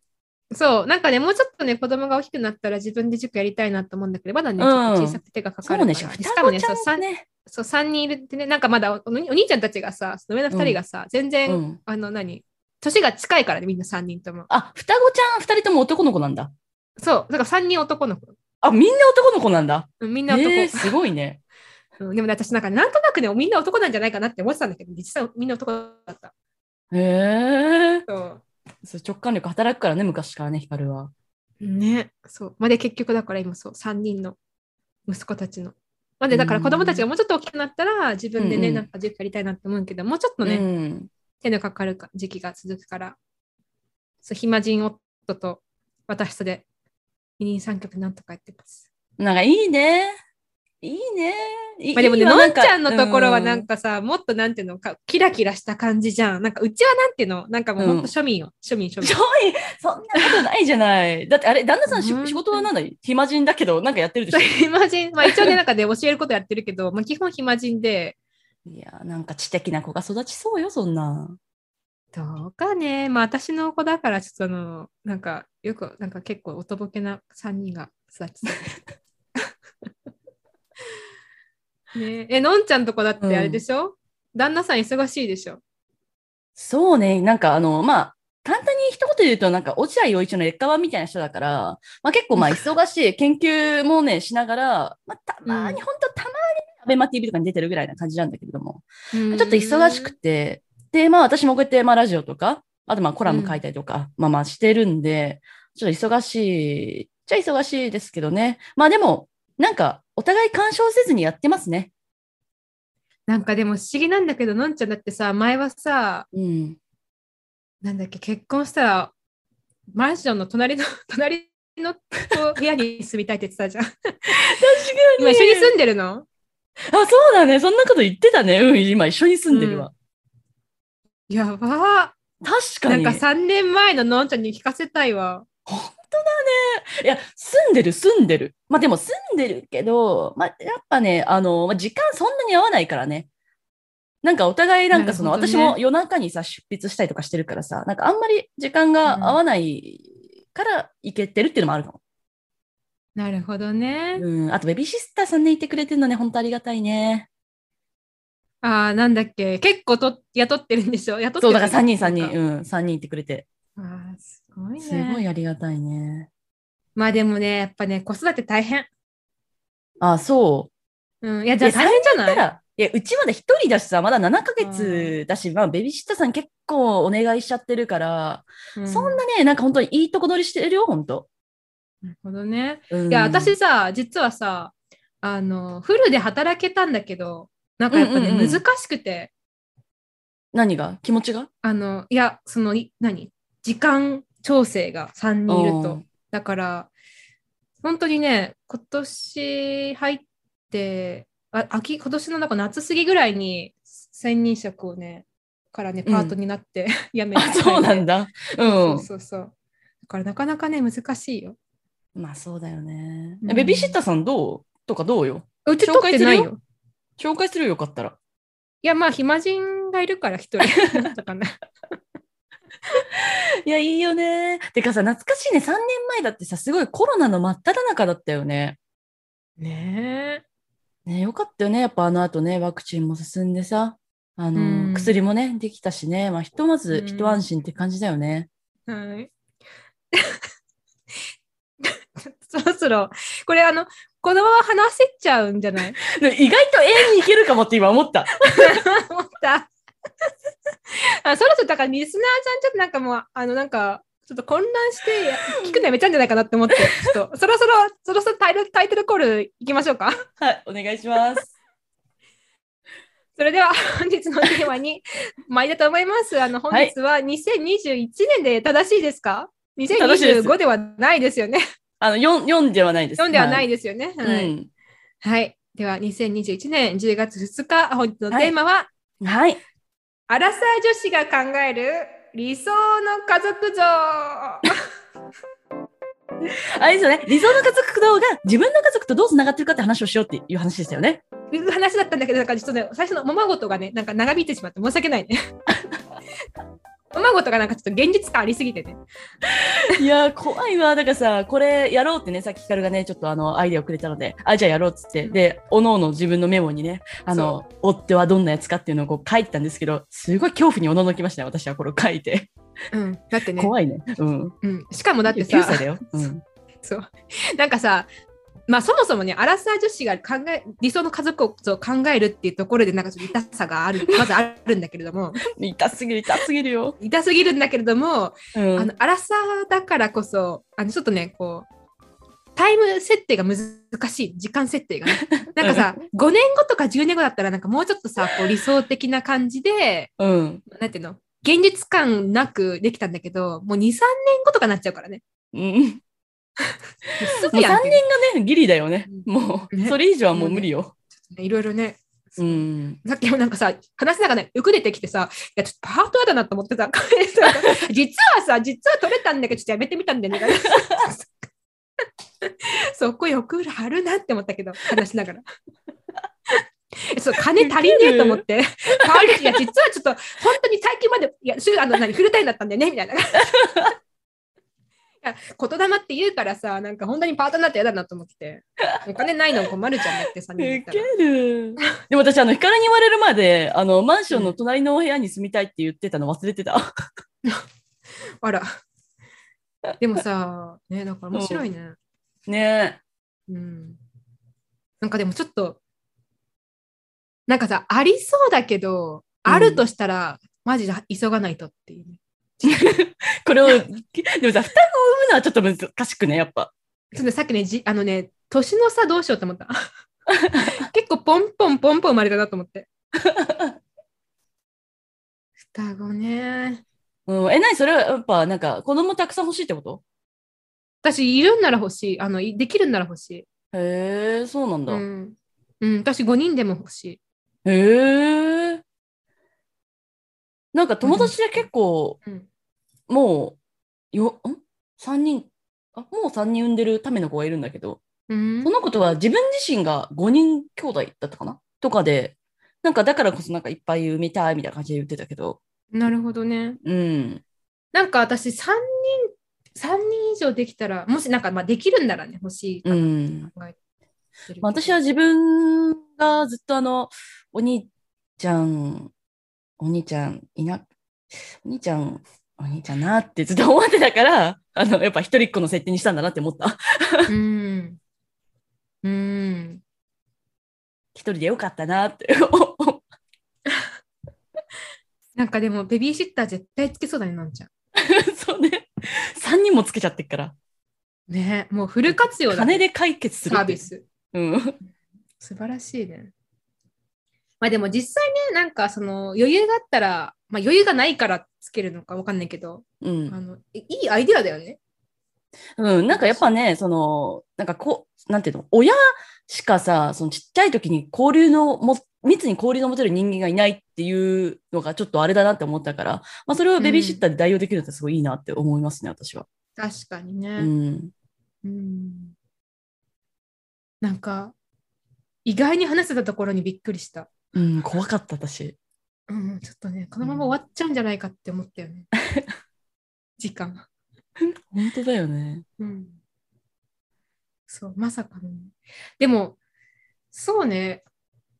Speaker 2: そう、なんかね、もうちょっとね、子供が大きくなったら自分で塾やりたいなと思うんだけど、まだね、ち
Speaker 1: う
Speaker 2: ょ
Speaker 1: ん
Speaker 2: っと小さく手がか
Speaker 1: そ
Speaker 2: か
Speaker 1: う
Speaker 2: る
Speaker 1: ね、
Speaker 2: か
Speaker 1: し
Speaker 2: ら、
Speaker 1: かも
Speaker 2: で
Speaker 1: 双
Speaker 2: しかもね
Speaker 1: 子ちゃん
Speaker 2: そう
Speaker 1: は
Speaker 2: 三
Speaker 1: ね。
Speaker 2: そう、3人いるってね、なんかまだおお兄ちゃんたちがさ、その上の2人がさ、全然、
Speaker 1: うん
Speaker 2: あの、何年が近いからね、みんな3人とも。
Speaker 1: あ、双子ちゃん二人とも男の子なんだ。
Speaker 2: そう、だから3人男の子。
Speaker 1: あ、みんな男の子なんだ。
Speaker 2: うんみんな男。
Speaker 1: えー、すごいね。
Speaker 2: うんでもね私なんかなんとなくね、みんな男なんじゃないかなって思ってたんだけど、実際みんな男だった。
Speaker 1: へえー。
Speaker 2: そう
Speaker 1: そう直感力働くからね、昔からね、ヒカルは。
Speaker 2: ね、そう。まあで結局だから今そう、3人の息子たちの。まあでだから子供たちがもうちょっと大きくなったら自分でね、
Speaker 1: うんうん
Speaker 2: なんか塾やりたいなって思うけど、もうちょっとね、
Speaker 1: うん。
Speaker 2: 手のかかるか時期が続くから、そう暇人夫と私とで二人三脚なんとかやってます。
Speaker 1: なんかいいね。いいね。い
Speaker 2: まあでもね、
Speaker 1: いいわ
Speaker 2: の
Speaker 1: なん
Speaker 2: ちゃんのところはな
Speaker 1: うん
Speaker 2: かさ、もっとなんていうのか、キラキラした感じじゃん。なんかうちはなんていうの、なんかもうほんと庶民よ、庶民庶民
Speaker 1: ちょ。い、そんなことないじゃない。 だってあれ、旦那さんし
Speaker 2: うん
Speaker 1: 仕事はなんだ暇人だけど、なんかやってる でしょ。
Speaker 2: 暇人、まあ一応ね、なんかね、教えることやってるけど、まあ基本暇人で、
Speaker 1: いや、なんか知的な子が育ちそうよ、そんな。
Speaker 2: どうかね、まあ私の子だから、ちょっとあの、なんかよく、なんか結構おとぼけな3人が育 ちそう。ねえ、のんちゃんとこだってあれでしょ、旦那さん忙しいでしょ
Speaker 1: そうね、なんかあの、まあ、簡単に一言言うと、なんか落合陽一の劣化版みたいな人だから、まあ結構まあ忙しい、研究もね、しながら、まあたまーに、
Speaker 2: う
Speaker 1: ほんとたまーに、アベマ TV とかに出てるぐらいな感じなんだけれども、
Speaker 2: ち
Speaker 1: ち
Speaker 2: ょ
Speaker 1: ょっと忙しくて、で、まあ私もこうやって、まあラジオとか、あとまあコラム書いたりとか、まあまあしてるんで、ちょっと忙しい、じゃ忙しいですけどね。まあでも、なんかお互い干渉せずにやってますね。
Speaker 2: なんかでも不思議なんだけど、のんちゃんだってさ、前はさ、
Speaker 1: うん。
Speaker 2: なんだっけ、結婚したら、マンションの隣の、 隣の部屋に住みたいって言ってたじゃん。
Speaker 1: 確か
Speaker 2: 今一緒に住んでるの
Speaker 1: あ、そうだね。そんなこと言ってたね。うん、今一緒に住んでるわ。
Speaker 2: やば
Speaker 1: 確
Speaker 2: ーな
Speaker 1: か
Speaker 2: ん
Speaker 1: に。
Speaker 2: か3年前ののんちゃんに聞かせたいわ。
Speaker 1: いや、住んでる、住んでる。まあでも住んでるけど、まあやっぱね、あの、まあ時間そんなに合わないからね。なんかお互いなんかその、
Speaker 2: なるほどね
Speaker 1: 私も夜中にさ、出筆したりとかしてるからさ、なんかあんまり時間が合わないから行けてるっていうのもあるかも。
Speaker 2: なるほどね。
Speaker 1: うん。あとベビーシスターさんね、いてくれてるのね、本当ありがたいね。
Speaker 2: ああ、なんだっけ。結構と雇ってるんでしょ雇って
Speaker 1: そ
Speaker 2: る
Speaker 1: う、だから3人、3人、
Speaker 2: なんか
Speaker 1: うん、3人いてくれて。
Speaker 2: ああ、すごいね。
Speaker 1: すごいありがたいね。
Speaker 2: まあでもね、やっぱね、子育て大変。
Speaker 1: あ、そう。
Speaker 2: うん。いや、じゃあ
Speaker 1: いや
Speaker 2: 大変じゃな
Speaker 1: た
Speaker 2: い
Speaker 1: ら、いや、うちまだ一人だしさ、まだ7ヶ月だし、まあ、ベビーシッターさん結構お願いしちゃってるから、
Speaker 2: う
Speaker 1: そんなね、なんか本当にいいとこ取りしてるよ、本当。
Speaker 2: なるほどね。
Speaker 1: うん
Speaker 2: いや、私、さ、実はさ、あの、フルで働けたんだけど、なんかやっぱね、
Speaker 1: うんうんうん
Speaker 2: 難しくて、
Speaker 1: 何が気持ちが
Speaker 2: あの、いや、その、い何時間調整が3人いると。だから、本当にね、今年入って、あ秋、今年のなんか夏過ぎぐらいに専任職をね、からね、
Speaker 1: うん
Speaker 2: パートになって、 辞め
Speaker 1: あーあ、そうなん
Speaker 2: だ。
Speaker 1: だ。う
Speaker 2: そ
Speaker 1: ん
Speaker 2: う。そうそう。だからなかなかね、難しいよ。
Speaker 1: まあ、そうだよね。
Speaker 2: うん
Speaker 1: えベビーシッターさんどうとかどうよ
Speaker 2: うち取ってないよ。
Speaker 1: 紹紹介するよ、よかったら。
Speaker 2: いや、まあ、暇人がいるから一人 なんとかな。
Speaker 1: いや、いいよね。てかさ、懐かしいね。3年前だってさ、すごいコロナの真っ只中だったよね。
Speaker 2: ねえ。
Speaker 1: ね、よかったよね。やっぱあの後ね、ワクチンも進んでさ、あの、
Speaker 2: うん
Speaker 1: 薬もね、できたしね、まあ、ひとまず
Speaker 2: うん
Speaker 1: 一安心って感じだよね。
Speaker 2: はい。 そろそろ、これあの、このまま話せちゃうんじゃない
Speaker 1: で意外と永遠にいけるかもって今思った。
Speaker 2: 思った。 あそろそろだからリスナーさんちょっとなんかもうあのなんかちょっと混乱して や聞くのやめちゃうんじゃないかなって思ってちょっとそろそろそろそろタイトルタイトルコールいきましょうか。
Speaker 1: はい、お願いします。
Speaker 2: それでは本日のテー マに参りたいと思います。あの本日は2021年で正しいですか
Speaker 1: 正しいです
Speaker 2: ?2025 ではないですよね。
Speaker 1: あの、4、四ではないです。
Speaker 2: 読んではない
Speaker 1: で
Speaker 2: ですよね。
Speaker 1: す。
Speaker 2: はい。
Speaker 1: うん
Speaker 2: はい、では2021年10月2日本日のテーマは、
Speaker 1: はい。
Speaker 2: アラサー女子が考える理想の家族像。
Speaker 1: あれですよね。理想の家族動画、自分の家族とどう繋がってるかって話をしようっていう話でしたよね。
Speaker 2: いう話 だったんだけど、なんかちょっとね、最初のままごとがね、なんか長引いてしまって申し訳ないね。卵とかなんかちょっと現実感ありすぎてね。
Speaker 1: いやー、怖いわ。だからさ、これやろうってね、さっきヒカルがね、ちょっとあの、アイデアをくれたので、あ、じゃあやろうっつって、で、おのおの自分のメモにね、あの、追ってはどんなやつかっていうのをこう書いてたんですけど、すごい恐怖におののきましたね、私はこれを書いて。
Speaker 2: うん、だってね、
Speaker 1: 怖いね。うん。
Speaker 2: うん、しかもだって
Speaker 1: 9歳
Speaker 2: さ、
Speaker 1: だよ。うん。
Speaker 2: そうなんかさ、まあそもそもね、アラサー女子が考え理想の家族を考えるっていうところで、なんかちょっと痛さがある、まずあるんだけれども、
Speaker 1: 痛すぎる、痛すぎるよ。
Speaker 2: 痛すぎるんだけれども、
Speaker 1: うん。
Speaker 2: あのアラサーだからこそあのちょっとねこうタイム設定が難しい時間設定 がねなんかさ5年後とか10年後だったらなんかもうちょっとさこう理想的な感じで
Speaker 1: うん。
Speaker 2: なんていうの現実感なくできたんだけどもう23年後とかなっちゃうからね
Speaker 1: うん。
Speaker 2: もうす
Speaker 1: も
Speaker 2: ぐ
Speaker 1: う3年
Speaker 2: やん
Speaker 1: が
Speaker 2: っていう
Speaker 1: ね、ギリだよね。もう、
Speaker 2: ね
Speaker 1: それ以上はもう無理よ。
Speaker 2: ねいろいろね
Speaker 1: うん。
Speaker 2: さっきもなんかさ話しながらね浮く出てきてさいやちょっとパートだなと思ってさこれさ 実はさ実は取れたんだけどちょっとやめてみたんだよね そこよく貼るなって思ったけど話しながらそう金足りねえと思ってパートいや実はちょっと本当に最近までいや週あの何フルタイムだったんだよねみたいないや言霊って言うからさなんか本当にパートナーって嫌だなと思ってお金ないの困るじゃんだってさ
Speaker 1: ウケる。でも私、あの、ヒカルに言われるまで、あの、マンションの隣のお部屋に住みたいって言ってたの忘れてた。
Speaker 2: あら。でも さ、ね、だから面白いね。
Speaker 1: ね
Speaker 2: うん。なんかでもちょっと、なんかさ、ありそうだけ
Speaker 1: う
Speaker 2: ど、
Speaker 1: ん
Speaker 2: あるとしたら、マジで急がないとっていう。
Speaker 1: これを、でもさ、双子を産むのはちょっと難しくね、やっぱ。
Speaker 2: ちょっとねさっきね、じあのね、年の差どうしようって 思った。結構ポンポンポンポン生まれたなと思って。双子ね。
Speaker 1: うん、え、なにそれはやっぱ、なんか、子供たくさん欲しいってこと
Speaker 2: 私、いるんなら欲しい。あの、いできるんなら欲しい。
Speaker 1: へえ、そうなんだ。
Speaker 2: うん。うん、私5人でも欲しい。
Speaker 1: へえ。なんか友達で結構、
Speaker 2: うん。
Speaker 1: もう、よ、ん ?3 人、あ、もう3人産んでるための子がいるんだけど、
Speaker 2: うん
Speaker 1: その子とは自分自身が5人兄弟だったかなとかで、なんかだからこそなんかいっぱい産みたいみたいな感じで言ってたけど、
Speaker 2: なるほどね。
Speaker 1: うん。
Speaker 2: なんか私3人、3人以上できたら、もしなんかまあできるんならね、欲しいか
Speaker 1: う
Speaker 2: なって
Speaker 1: ん。
Speaker 2: 考えてるけど
Speaker 1: まあ私は、自分がずっとあの、お兄ちゃん、お兄ちゃん、いな、お兄ちゃん、お兄ちゃんなってずっと思ってたから、あの、やっぱ一人っ子の設定にしたんだなって思った。
Speaker 2: うん。うん。
Speaker 1: 一人でよかったなって。 そ
Speaker 2: なんかでも、ベビーシッター絶対つけそうだね、なんちゃん。
Speaker 1: うね。3人もつけちゃってっから。
Speaker 2: ねもうフル活用だね、
Speaker 1: 金で解決する
Speaker 2: サ
Speaker 1: っ
Speaker 2: ー
Speaker 1: てい
Speaker 2: ビ
Speaker 1: う。
Speaker 2: ス。
Speaker 1: うん。
Speaker 2: 素晴らしいね。まあでも実際ね、なんかその余裕があったら、まあ余裕がないからつけるのかわかんないけど、
Speaker 1: うん
Speaker 2: あ。のいいいアイデアだよね。
Speaker 1: うん、なんかやっぱね、その、なんかこう、なんていうの、親しかさ、そのちっちゃい時に交流のも、密に交流の持てる人間がいないっていうのがちょっとあれだなって思ったから、まあそれをベビーシッターで代用できるのってすごいいいなって思いますね、私は。
Speaker 2: 確かにね。
Speaker 1: うん。
Speaker 2: うんなんか意外に話せたところにびっくりした。
Speaker 1: うん、怖かった、私。
Speaker 2: うん、ちょっとね、このまま終わっちゃうんじゃないかって思ったよ ね。時間。
Speaker 1: 本当だよね。
Speaker 2: うん。そう、まさかのね。でも、そうね、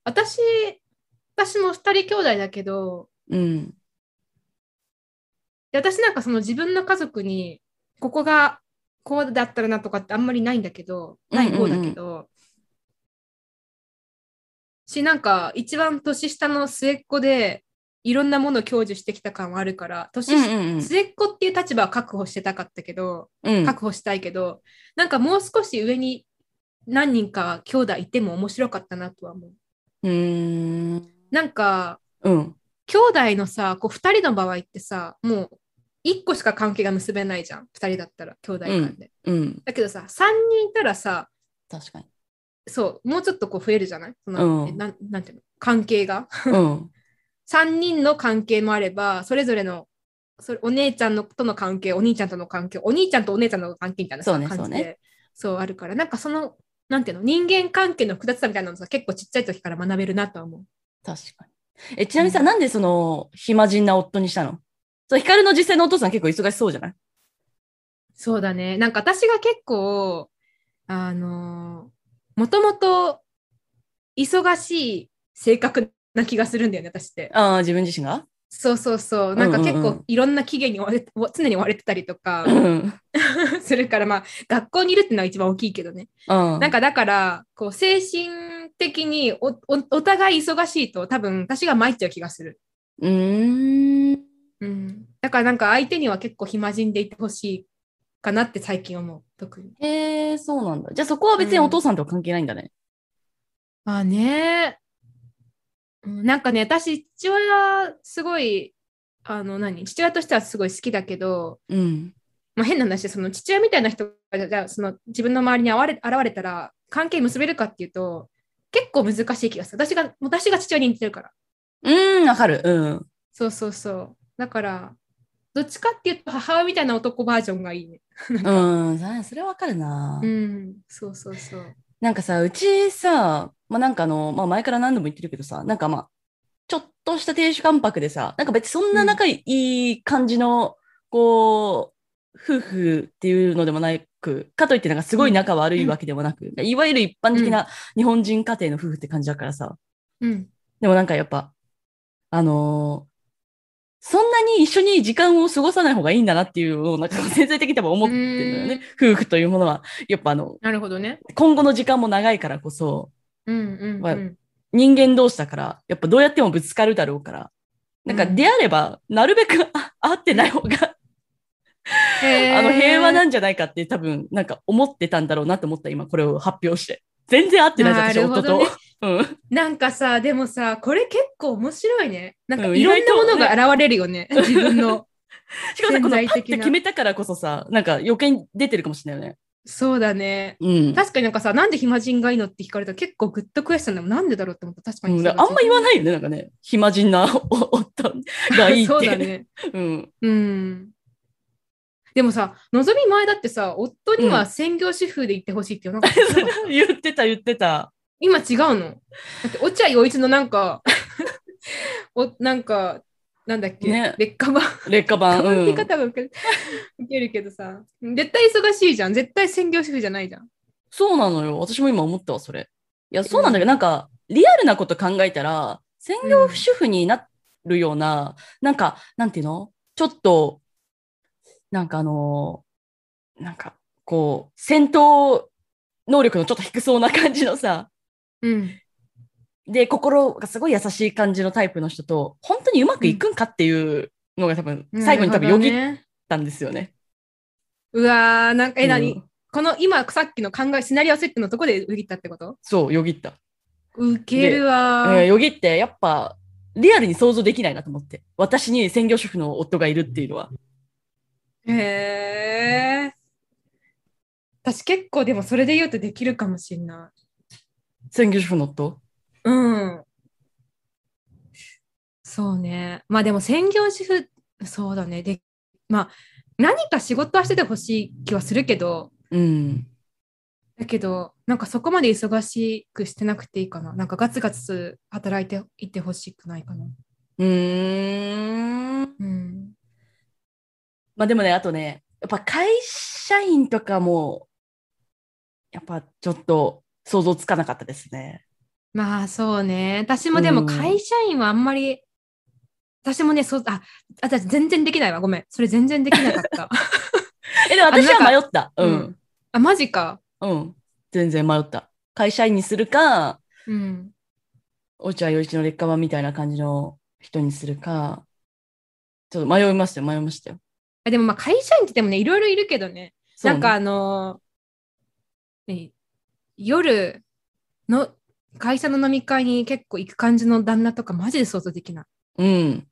Speaker 2: 私、私も2人兄弟だけど、
Speaker 1: うん。
Speaker 2: で私なんかその自分の家族に、ここがこうだったらなとかってあんまりないんだけど、ない方だけど、し、なんか一番年下の末っ子で、いろんなものを享受してきた感はあるから、年
Speaker 1: うん
Speaker 2: 下
Speaker 1: うんうん。
Speaker 2: 末っ子っていう立場は確保してたかったけど、
Speaker 1: うん、
Speaker 2: 確保したいけど、なんかもう少し上に何人か兄弟いても面白かったなとは思う。
Speaker 1: うーん。
Speaker 2: なんか、
Speaker 1: うん。
Speaker 2: 兄弟のさ、こう2人の場合ってさ、もう1個しか関係が結べないじゃん、2人だったら、兄弟間で。
Speaker 1: うん。
Speaker 2: だけどさ、3人いたらさ、
Speaker 1: 確か に。
Speaker 2: そう、もうちょっとこう増えるじゃないその、
Speaker 1: うん
Speaker 2: えなんなんていうの関係が。
Speaker 1: うん。
Speaker 2: 3人の関係もあれば、それぞれの、それお姉ちゃんのとの関係、お兄ちゃんとの関係、お兄ちゃんとお姉ちゃんの関係みたいな
Speaker 1: そうね
Speaker 2: 感じで
Speaker 1: そうね
Speaker 2: そうあるから、なんかその、なんていうの、人間関係の複雑さみたいなのさ、結構ちっちゃい時から学べるなとは思う。
Speaker 1: 確かに。え、ちなみにさ、
Speaker 2: うん
Speaker 1: なんでその、暇人な夫にしたのそう、ヒカルの実際のお父さん結構忙しそうじゃない
Speaker 2: そうだね。なんか私が結構、あのーもともと忙しい性格な気がするんだよね、私って。
Speaker 1: ああ、自分自身が
Speaker 2: そうそうそう。なんか結
Speaker 1: うんうんう
Speaker 2: 構いろんな期限に追われて、常に追われてたりとか
Speaker 1: うん。
Speaker 2: するから、まあ学校にいるっていうのは一番大きいけどね。
Speaker 1: な
Speaker 2: なん、かだから、こう精神的におおお互い忙しいと多分私が参っちゃう気がする。
Speaker 1: うーん。
Speaker 2: うん。だからなんか相手には結構暇人でいてほしいかなって最近思う、特に。
Speaker 1: へえ、そうなんだ。じゃあそこは別にお父さんとは関係ないんだね。
Speaker 2: まあね、うんなんかね、私、父親、すごい、あの、何、父親としてはすごい好きだけど、
Speaker 1: うん。
Speaker 2: まあ、変な話で、その父親みたいな人が、じゃあ、その自分の周りに現れ現れたら、関係結べるかっていうと、結構難しい気がする。私が、私が父親に似てるから。
Speaker 1: うん、わかる。うん。
Speaker 2: そうそうそう。だから、どっちかっていうと、母親みたいな男バージョンがいいね。
Speaker 1: うん、さそれはわかるな
Speaker 2: う。ん、そうそうそう。
Speaker 1: なんかさ、うちさ、まあなんかあの、まあ前から何度も言ってるけどさ、なんかまあ、ちょっとした亭主関白でさ、なんか別にそんな仲いい感じの、こう、夫婦っていうのでもなく、かといってなんかすごい仲悪いわけでもなく、いわゆる一般的な日本人家庭の夫婦って感じだからさ、
Speaker 2: うん、
Speaker 1: でもなんかやっぱ、あのーそんなに一緒に時間を過ごさない方がいいんだなっていうのを、なんか 潜在的に多分思ってるのよね。夫婦というものは、やっぱあの、
Speaker 2: なるほどね。
Speaker 1: 今後の時間も長いからこそ、
Speaker 2: うん、うん、
Speaker 1: まあ
Speaker 2: うん。
Speaker 1: 人間同士だから、やっぱどうやってもぶつかるだろうから、なんか
Speaker 2: うん
Speaker 1: であれば、なるべくあ会ってない方が、あ
Speaker 2: あ
Speaker 1: の、平和なんじゃないかって多分、なんか思ってたんだろうなと思った、今これを発表して。全然会ってないじゃん、私、
Speaker 2: なるほ
Speaker 1: 夫と
Speaker 2: どね。
Speaker 1: うん。
Speaker 2: なんかさ、でもさ、これ結構面白いね。なんか
Speaker 1: うん
Speaker 2: いろんなもの
Speaker 1: 意外と
Speaker 2: が現れる よね、自分の。
Speaker 1: しかもさ、このパ
Speaker 2: 潜在
Speaker 1: ッて
Speaker 2: 的な
Speaker 1: 決めたからこそさ、なんか余計に出てるかもしれないよね。
Speaker 2: そうだね。
Speaker 1: うん。
Speaker 2: 確かになんかさ、なんで暇人がいいのって聞かれたら結構グッとクエスチョンでもなんでだろうって思った。確か
Speaker 1: う
Speaker 2: に
Speaker 1: ん、だからあんま言わ
Speaker 2: い
Speaker 1: ないよね、なんかね。暇人なおお夫がいいって。
Speaker 2: そうだね。
Speaker 1: うん。
Speaker 2: うん。でもさ、のぞみ前だってさ、夫に
Speaker 1: う
Speaker 2: は専業主婦で言ってほしいっていう、 なんか言ってなかった
Speaker 1: 言ってた、言ってた。
Speaker 2: 今違うの。だって落合陽一のなん か、おなんか、なんだっけ、
Speaker 1: ね
Speaker 2: 劣化版。
Speaker 1: 劣化版。
Speaker 2: 言
Speaker 1: う
Speaker 2: い
Speaker 1: ん、
Speaker 2: 方が 受け,、受けるけどさ絶対忙しいじゃん絶対専業主婦じゃないじゃん
Speaker 1: そうなのよ。私も今思ったわ、それ。いや、そうなんだけど、なんか、リアルなこと考えたら、専業主婦になるような、なんか、なんていうのちょっと、なんかあのーなんか、こう、戦闘能力のちょっと低そうな感じのさ、
Speaker 2: うん
Speaker 1: で、心がすごい優しい感じのタイプの人と、本当にうまくいくんかっていうのが多分、最後に多分よぎっ
Speaker 2: なるほどね
Speaker 1: たんですよね。
Speaker 2: うわーなんかえ何、
Speaker 1: うん
Speaker 2: この今さっきの考えシナリオセットのとこで受けたってこと
Speaker 1: そう、よぎった。
Speaker 2: 受けるわ
Speaker 1: うん
Speaker 2: ー、
Speaker 1: よぎって、やっぱ、リアルに想像できないなと思って。私に専業主婦の夫がいるっていうのは。
Speaker 2: へえ私結構でもそれで言うとできるかもしんない
Speaker 1: 専業主婦の夫
Speaker 2: うんそうねまあでも専業主婦そうだねでまあ何か仕事はしててほしい気はするけど、
Speaker 1: うん。
Speaker 2: だけど、なんかそこまで忙しくしてなくていいかな。なんかガツガツ働いていてほしくないかな。
Speaker 1: うーん。
Speaker 2: うん。
Speaker 1: まあでもね、あとね、やっぱ会社員とかも、やっぱちょっと想像つかなかったですね。
Speaker 2: まあそうね。私もでも会社員はあんまり、私もね、そう、あ、私全然できないわ。ごめん。それ全然できなか った。
Speaker 1: え、でも私は
Speaker 2: あ
Speaker 1: 迷
Speaker 2: な
Speaker 1: った。うん。
Speaker 2: あ、マジか。
Speaker 1: うん。全然迷った。会社員にするか、
Speaker 2: うん。
Speaker 1: 落合陽一の劣化版みたいな感じの人にするか、ちょっと迷いましたよ、迷いましたよ。
Speaker 2: あでもまあ会社員って言ってもね、いろいろいるけどね。
Speaker 1: そう
Speaker 2: な
Speaker 1: ね
Speaker 2: んかあのーね夜の会社の飲み会に結構行く感じの旦那とかマジで想像できない。
Speaker 1: うん。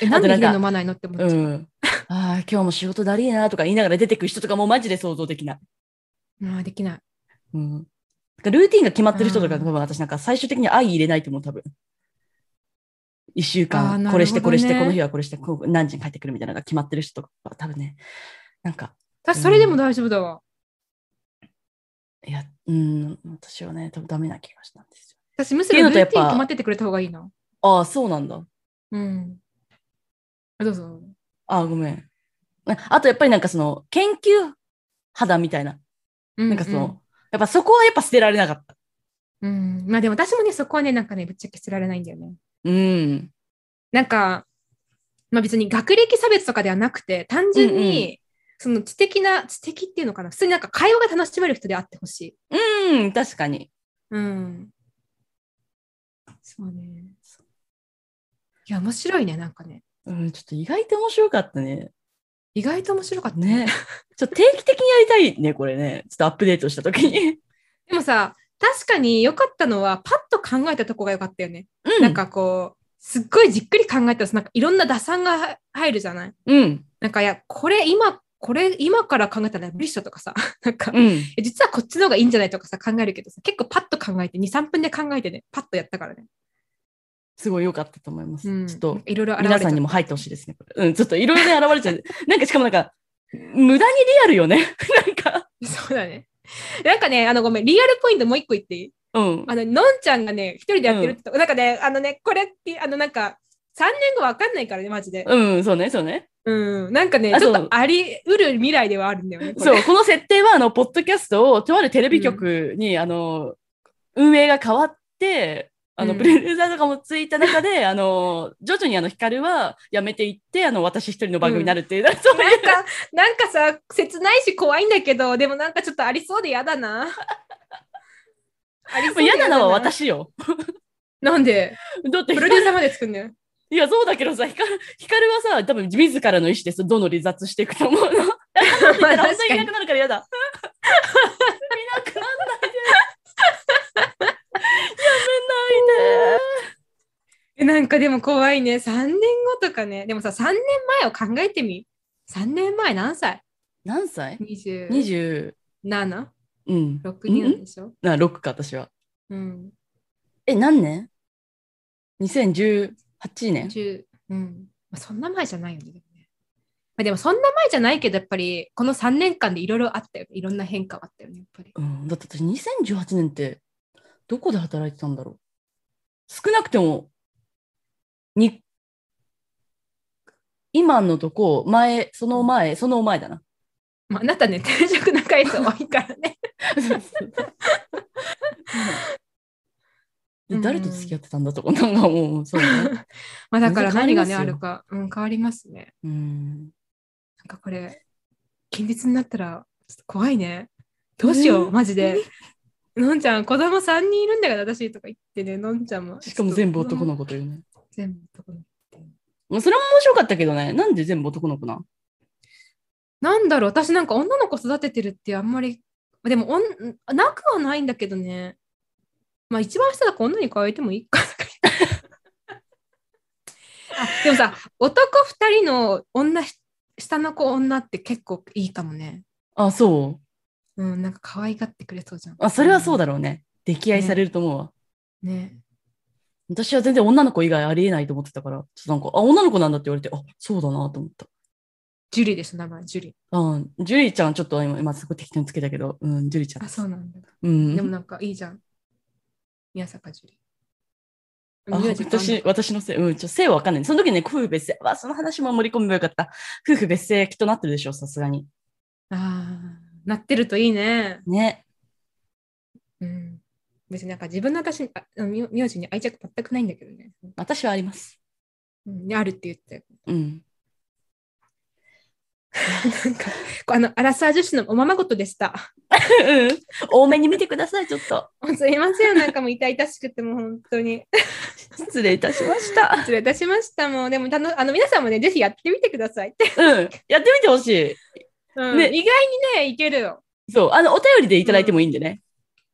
Speaker 2: え、なんで
Speaker 1: あとなん
Speaker 2: 家
Speaker 1: か
Speaker 2: 飲まないのって思っちゃう。
Speaker 1: うん。ああ、今日も仕事だりえなとか言いながら出てくる人とかもうマジで想像できない。
Speaker 2: まあできない。
Speaker 1: うん。なんかルーティンが決まってる人とか、
Speaker 2: うん
Speaker 1: 多分私なんか最終的に相入れないと思う、多分。一週
Speaker 2: あー
Speaker 1: 間、
Speaker 2: なるほどね
Speaker 1: これして、これして、この日はこれして、こう何時に帰ってくるみたいなのが決まってる人とかは、多分ね、なんか、
Speaker 2: 私それでも大丈夫だわ。
Speaker 1: いや、うん、私はね、多分ダメな気がしたんです
Speaker 2: 私むしろルーティン決まっててくれた方がいいな。
Speaker 1: よ。ああ、そうなんだ。
Speaker 2: うん。あどうぞ。
Speaker 1: あ、ごめん。あとやっぱりなんかその研究肌みたいな。
Speaker 2: な
Speaker 1: なんかその、やっぱそこはやっぱ捨てられなかった。
Speaker 2: うん、まあでも私もね、そこはね、なんかね、ぶっちゃけ捨てられないんだよね。
Speaker 1: うん。
Speaker 2: なんか、まあ別に学歴差別とかではなくて、単純に、
Speaker 1: うん
Speaker 2: その知的な、知的っていうのかな、普通になんか会話が楽しめる人であってほしい。
Speaker 1: うん、確かに。
Speaker 2: うん。そうね。いや、面白いね、なんかね。
Speaker 1: うん、ちょっと意外と面白かったね。
Speaker 2: 意外と面白かった
Speaker 1: ね。ちょっと定期的にやりたいね、これね。ちょっとアップデートしたとき に。
Speaker 2: でもさ、確かに良かったのは、パッと考えたとこが良かったよね。
Speaker 1: うん。
Speaker 2: なん、かこう、すっごいじっくり考えたら、なんかいろんな打算が入るじゃない
Speaker 1: うん。
Speaker 2: なんかいや、これ今、これ今から考えたら無理っしょとかさ、 なんか、
Speaker 1: うん。
Speaker 2: え実はこっちの方がいいんじゃないとかさ、考えるけどさ、結構パッと考えて、2、3分で考えてね、パッとやったからね。
Speaker 1: すごい良かったと思います。
Speaker 2: うん
Speaker 1: ちょっと、
Speaker 2: いろいろ現れちゃ
Speaker 1: 皆
Speaker 2: った
Speaker 1: さんにも入ってほしいですね。これうん、ちょっといろいろね、現れちゃう。なんかしかもなんか、無駄にリアルよね。 なんか。
Speaker 2: そうだね。なんかね、あの、ごめん、リアルポイントもう一個言っていい
Speaker 1: うん。
Speaker 2: あの、のんちゃんがね、一人でやってるって、なんかね、あのね、これって、あの、なんか、3年後わかんないからね、マジで。
Speaker 1: うん、そうね、そうね。
Speaker 2: うん。なんかね、
Speaker 1: あ
Speaker 2: ち
Speaker 1: そ
Speaker 2: ょ
Speaker 1: う
Speaker 2: っとありうる未来ではあるんだよね。これ
Speaker 1: そう、この設定は、あの、ポッドキャストを、とあるテレビ局に、あの、運営が変わって、あの、
Speaker 2: うん
Speaker 1: プロデューサーとかもついた中で、あの、徐々にあの、ヒカルは辞めていって、あの、私一人の番組になるっていう、 そういう
Speaker 2: なんか、なんかさ、切ないし怖いんだけど、でもなんかちょっとありそうで嫌だな。あり
Speaker 1: もう嫌なのは。私よ。
Speaker 2: なんで、
Speaker 1: だって
Speaker 2: プ、ロデューサーまで作るんだよ。
Speaker 1: いや、そうだけどさ、ヒカルヒカルはさ、多分自らの意思でどんどん離脱していくと思うの。
Speaker 2: まあ
Speaker 1: だから本
Speaker 2: 確
Speaker 1: 当に
Speaker 2: か
Speaker 1: いな
Speaker 2: に。
Speaker 1: くなるから嫌 だ。いなくなんないで。やめないで。
Speaker 2: えなんかでも怖いね。3年後とかね。でもさ、3年前を考えてみ。3年前何歳
Speaker 1: 何歳
Speaker 2: ?27?6
Speaker 1: ?20、うん。
Speaker 2: 人なん
Speaker 1: ん
Speaker 2: でしょ
Speaker 1: な、6か、私は。
Speaker 2: うん。
Speaker 1: え、何年 ?2018 年
Speaker 2: 10うん。まあ、そんな前じゃないよね。でもねまあ、でもそんな前じゃないけど、やっぱりこの3年間でいろいろあったよね。いろんな変化があったよね、やっぱり。
Speaker 1: うん。だって私2018年って、どこで働いてたんだろう少なくても、に、今のとこ、前、その前、その前だな。
Speaker 2: まあ、あなたね、転職の回数多いからね。
Speaker 1: で 誰と付き合ってたんだとか、なんかもう、そうね。
Speaker 2: まあだから何がね、あ
Speaker 1: 全然変わりますよ
Speaker 2: るか、うん、変わりますね。
Speaker 1: うん。
Speaker 2: なんかこれ、現実になったらちょっと怖いね。どうしよう、
Speaker 1: ね
Speaker 2: マジで。のんちゃん、子供3人いるんだから私とか言ってね、のんちゃんも。
Speaker 1: しかも全部男
Speaker 2: の。
Speaker 1: の子というね。
Speaker 2: 全部男の。
Speaker 1: まあそれも面白かったけどね。なんで全部男の子なん
Speaker 2: なんだろう、私なんか女の子育ててるってあんまり、まあでもおん、なくはないんだけどね。まあ一番下だから女に変えてもいいか。 あでもさ、男2人の女ひ、下の子女って結構いいかもね。
Speaker 1: あ、そう。
Speaker 2: うん、なんか可愛がってくれそうじゃん。
Speaker 1: あ、それはそう
Speaker 2: だ。
Speaker 1: だろうね。溺愛されると思うわ。
Speaker 2: ね。
Speaker 1: 私は全然女の子以外ありえないと思ってたから、ちょっとなんか、あ、女の子なんだって言われて、あ、そうだなと思った。
Speaker 2: ジュリーでしょ、名前、ジュリー。
Speaker 1: あ、ジュリーちゃん、ちょっと今、今すごい適当につけたけど、うん、ジュリーちゃん
Speaker 2: あ、
Speaker 1: です。
Speaker 2: そうなんだ。
Speaker 1: うん。
Speaker 2: でもなんかいいじゃん。宮坂ジュリー。
Speaker 1: あ
Speaker 2: 宮坂
Speaker 1: 私、私のせい、うん、ちょ、せいはわかんない。その時ね、夫婦別姓。わ、その話も盛り込めばよかった。夫婦別姓きっとなってるでしょ、さすがに。
Speaker 2: あーなってるといいね。
Speaker 1: ね。
Speaker 2: うん。別になんか自分の私に、あ名名字に愛着全くないんだけどね。
Speaker 1: 私はあります。
Speaker 2: うん、あるって言って。
Speaker 1: うん。
Speaker 2: なんか、こうあの、アラサー女子のおままごとでした。
Speaker 1: うん多めに見てください、ちょっと。
Speaker 2: すいません、なんかもう痛々しくて、もう本当に。
Speaker 1: 失礼いたしました。
Speaker 2: 失礼いたしました。もう、でも、たのあの皆さんもね、ぜひやってみてくださいって。
Speaker 1: うん。やってみてほしい。
Speaker 2: うん
Speaker 1: ね
Speaker 2: 意外にね、いけるよ。
Speaker 1: そう。あの、お便りでいただいてもいいんでね。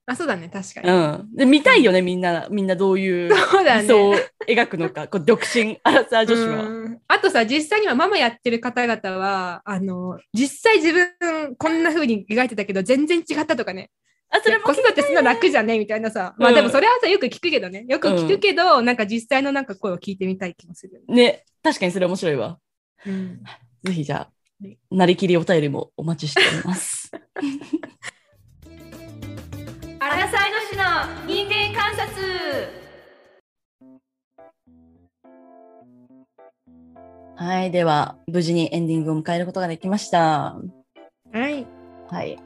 Speaker 2: あ、そうだね、確かに。
Speaker 1: うん。で、見たいよね、みんな、みんなどういう
Speaker 2: そうだね。
Speaker 1: 理想を描くのか。こう独身、アラサー女子は。
Speaker 2: うんあとさ実際にはママやってる方々はあの実際自分こんな風に描いてたけど全然違ったとかね
Speaker 1: あ、それも
Speaker 2: 子育てするの楽じゃねみたいなさ、まあでもそれはさよく聞くけどねよく聞くけど、なんか実際のなんか声を聞いてみたい気もするよね、
Speaker 1: ね、確かにそれ面白いわ。
Speaker 2: うん
Speaker 1: ぜひじゃあ
Speaker 2: はい、
Speaker 1: なりきりお便りもお待ちしており ます。
Speaker 3: アラサー女子の人間観察
Speaker 1: はい、では、無事にエンディングを迎えることができました。
Speaker 2: はい。
Speaker 1: はい。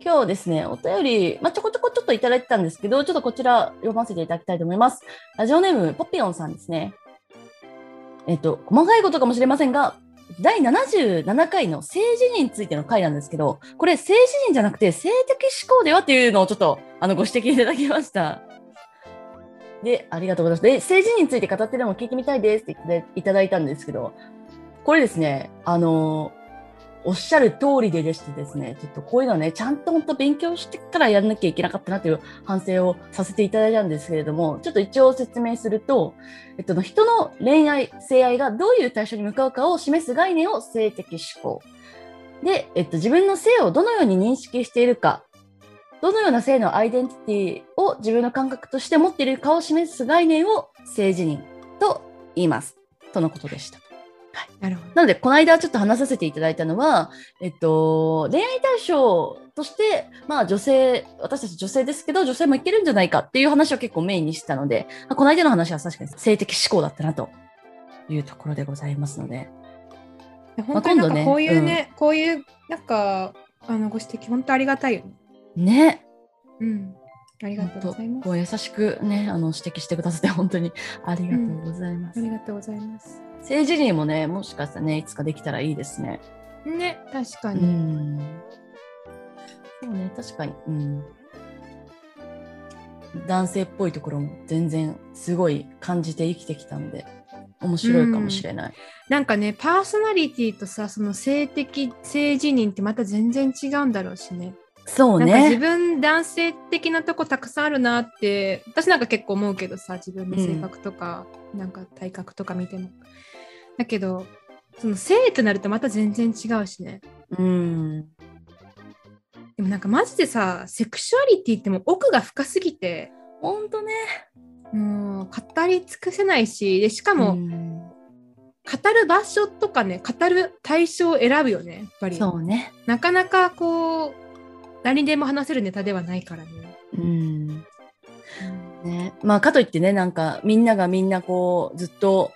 Speaker 1: 今日ですね、お便り、まあ、ちょこちょこちょっといただいてたんですけど、ちょっとこちら読ませていただきたいと思います。ラジオネーム、ポピオンさんですね。えっと、細かいことかもしれませんが、第77回の政治人についての回なんですけど、これ政治人じゃなくて性的思考ではっていうのをちょっとあのご指摘いただきました。で、ありがとうございます。で、政治人について語ってるのも聞いてみたいですって言っていただいたんですけど、これですね、あの、おっしゃる通りででしてですね、ちょっとこういうのはね、ちゃんと本当勉強してからやんなきゃいけなかったなという反省をさせていただいたんですけれども、ちょっと一応説明すると、えっと、人の恋愛、性愛がどういう対象に向かうかを示す概念を性的思考。で、えっと、自分の性をどのように認識しているか、どのような性のアイデンティティを自分の感覚として持っているかを示す概念を性自認と言います。とのことでした。
Speaker 2: なるほど。
Speaker 1: なので、この間ちょっと話させていただいたのは、えっと、恋愛対象として、まあ女性、私たち女性ですけど、女性もいけるんじゃないかっていう話を結構メインにしてたので、まあこの間の話は確かに性的思考だったなというところでございますので。
Speaker 2: 本当になん
Speaker 1: 今度
Speaker 2: か
Speaker 1: ね
Speaker 2: こういうね、こういう、なんか、あの、ご指摘、本当ありがたいよ
Speaker 1: ね。
Speaker 2: ね。うん。ありがとうございます。
Speaker 1: こう優しくね、あの指摘してくださって本当にありがとうございます。
Speaker 2: ありがとうございます。
Speaker 1: 政治にもね、もしかしたらね、いつかできたらいいですね。
Speaker 2: ね、確か
Speaker 1: う
Speaker 2: に。
Speaker 1: ん。そうね、確かに。うん。男性っぽいところも全然すごい感じて生きてきたので、面白いかもしれない。
Speaker 2: なんかね、パーソナリティとさ、その性的、性自認ってまた全然違うんだろうしね。
Speaker 1: そう
Speaker 2: なんか自
Speaker 1: ね。
Speaker 2: 分男性的なとこたくさんあるなって私なんか結構思うけどさ自分の性格とか、なんか体格とか見てもだけどその性ってなるとまた全然違うしね
Speaker 1: うん。
Speaker 2: でもなんかマジでさセクシュアリティってもう奥が深すぎて
Speaker 1: ほんとね。
Speaker 2: もう語り尽くせないしでしか
Speaker 1: う
Speaker 2: も、
Speaker 1: ん
Speaker 2: 語る場所とかね語る対象を選ぶよねやっぱり
Speaker 1: そうね。
Speaker 2: なかなかこう何でも話せるネタではないからね、
Speaker 1: うん。ね、まあかといってねなんかみんながみんなこうずっと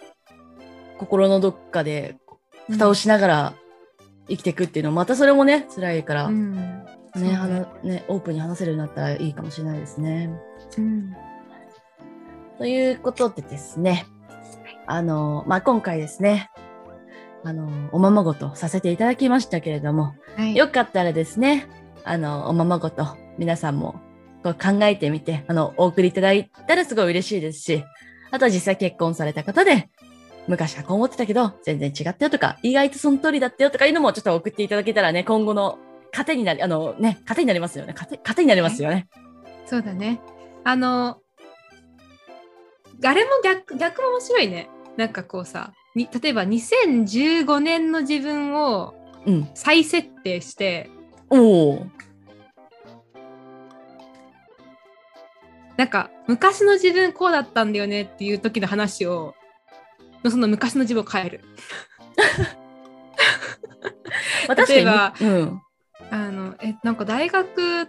Speaker 1: 心のどっかで蓋をしながら生きていくっていうのもまたそれもね辛いから、
Speaker 2: うんそう
Speaker 1: ね
Speaker 2: ね
Speaker 1: はなねオープンに話せるようになったらいいかもしれないですね。
Speaker 2: うん
Speaker 1: ということでですねあの、まあ、今回ですねあのおままごとさせていただきましたけれども
Speaker 2: はい、
Speaker 1: よかったらですね、あの、おままごと、皆さんもこう考えてみて、あの、お送りいただいたらすごい嬉しいですし、あとは実際結婚された方で、昔はこう思ってたけど、全然違ったよとか、意外とその通りだったよとかいうのもちょっと送っていただけたらね、今後の糧になり、あのね、糧になりますよね。糧糧になりますよね。
Speaker 2: そうだね。あの、あれも逆逆も面白いね。なんかこうさ、に例えば2015年の自分を
Speaker 1: うん。
Speaker 2: 再設定して、
Speaker 1: おお。
Speaker 2: なんか昔の自分こうだったんだよねっていう時の話を、のその昔の自分を変える。
Speaker 1: まあ確
Speaker 2: 例えば
Speaker 1: かにね。うん。
Speaker 2: あの、え、なんか大学、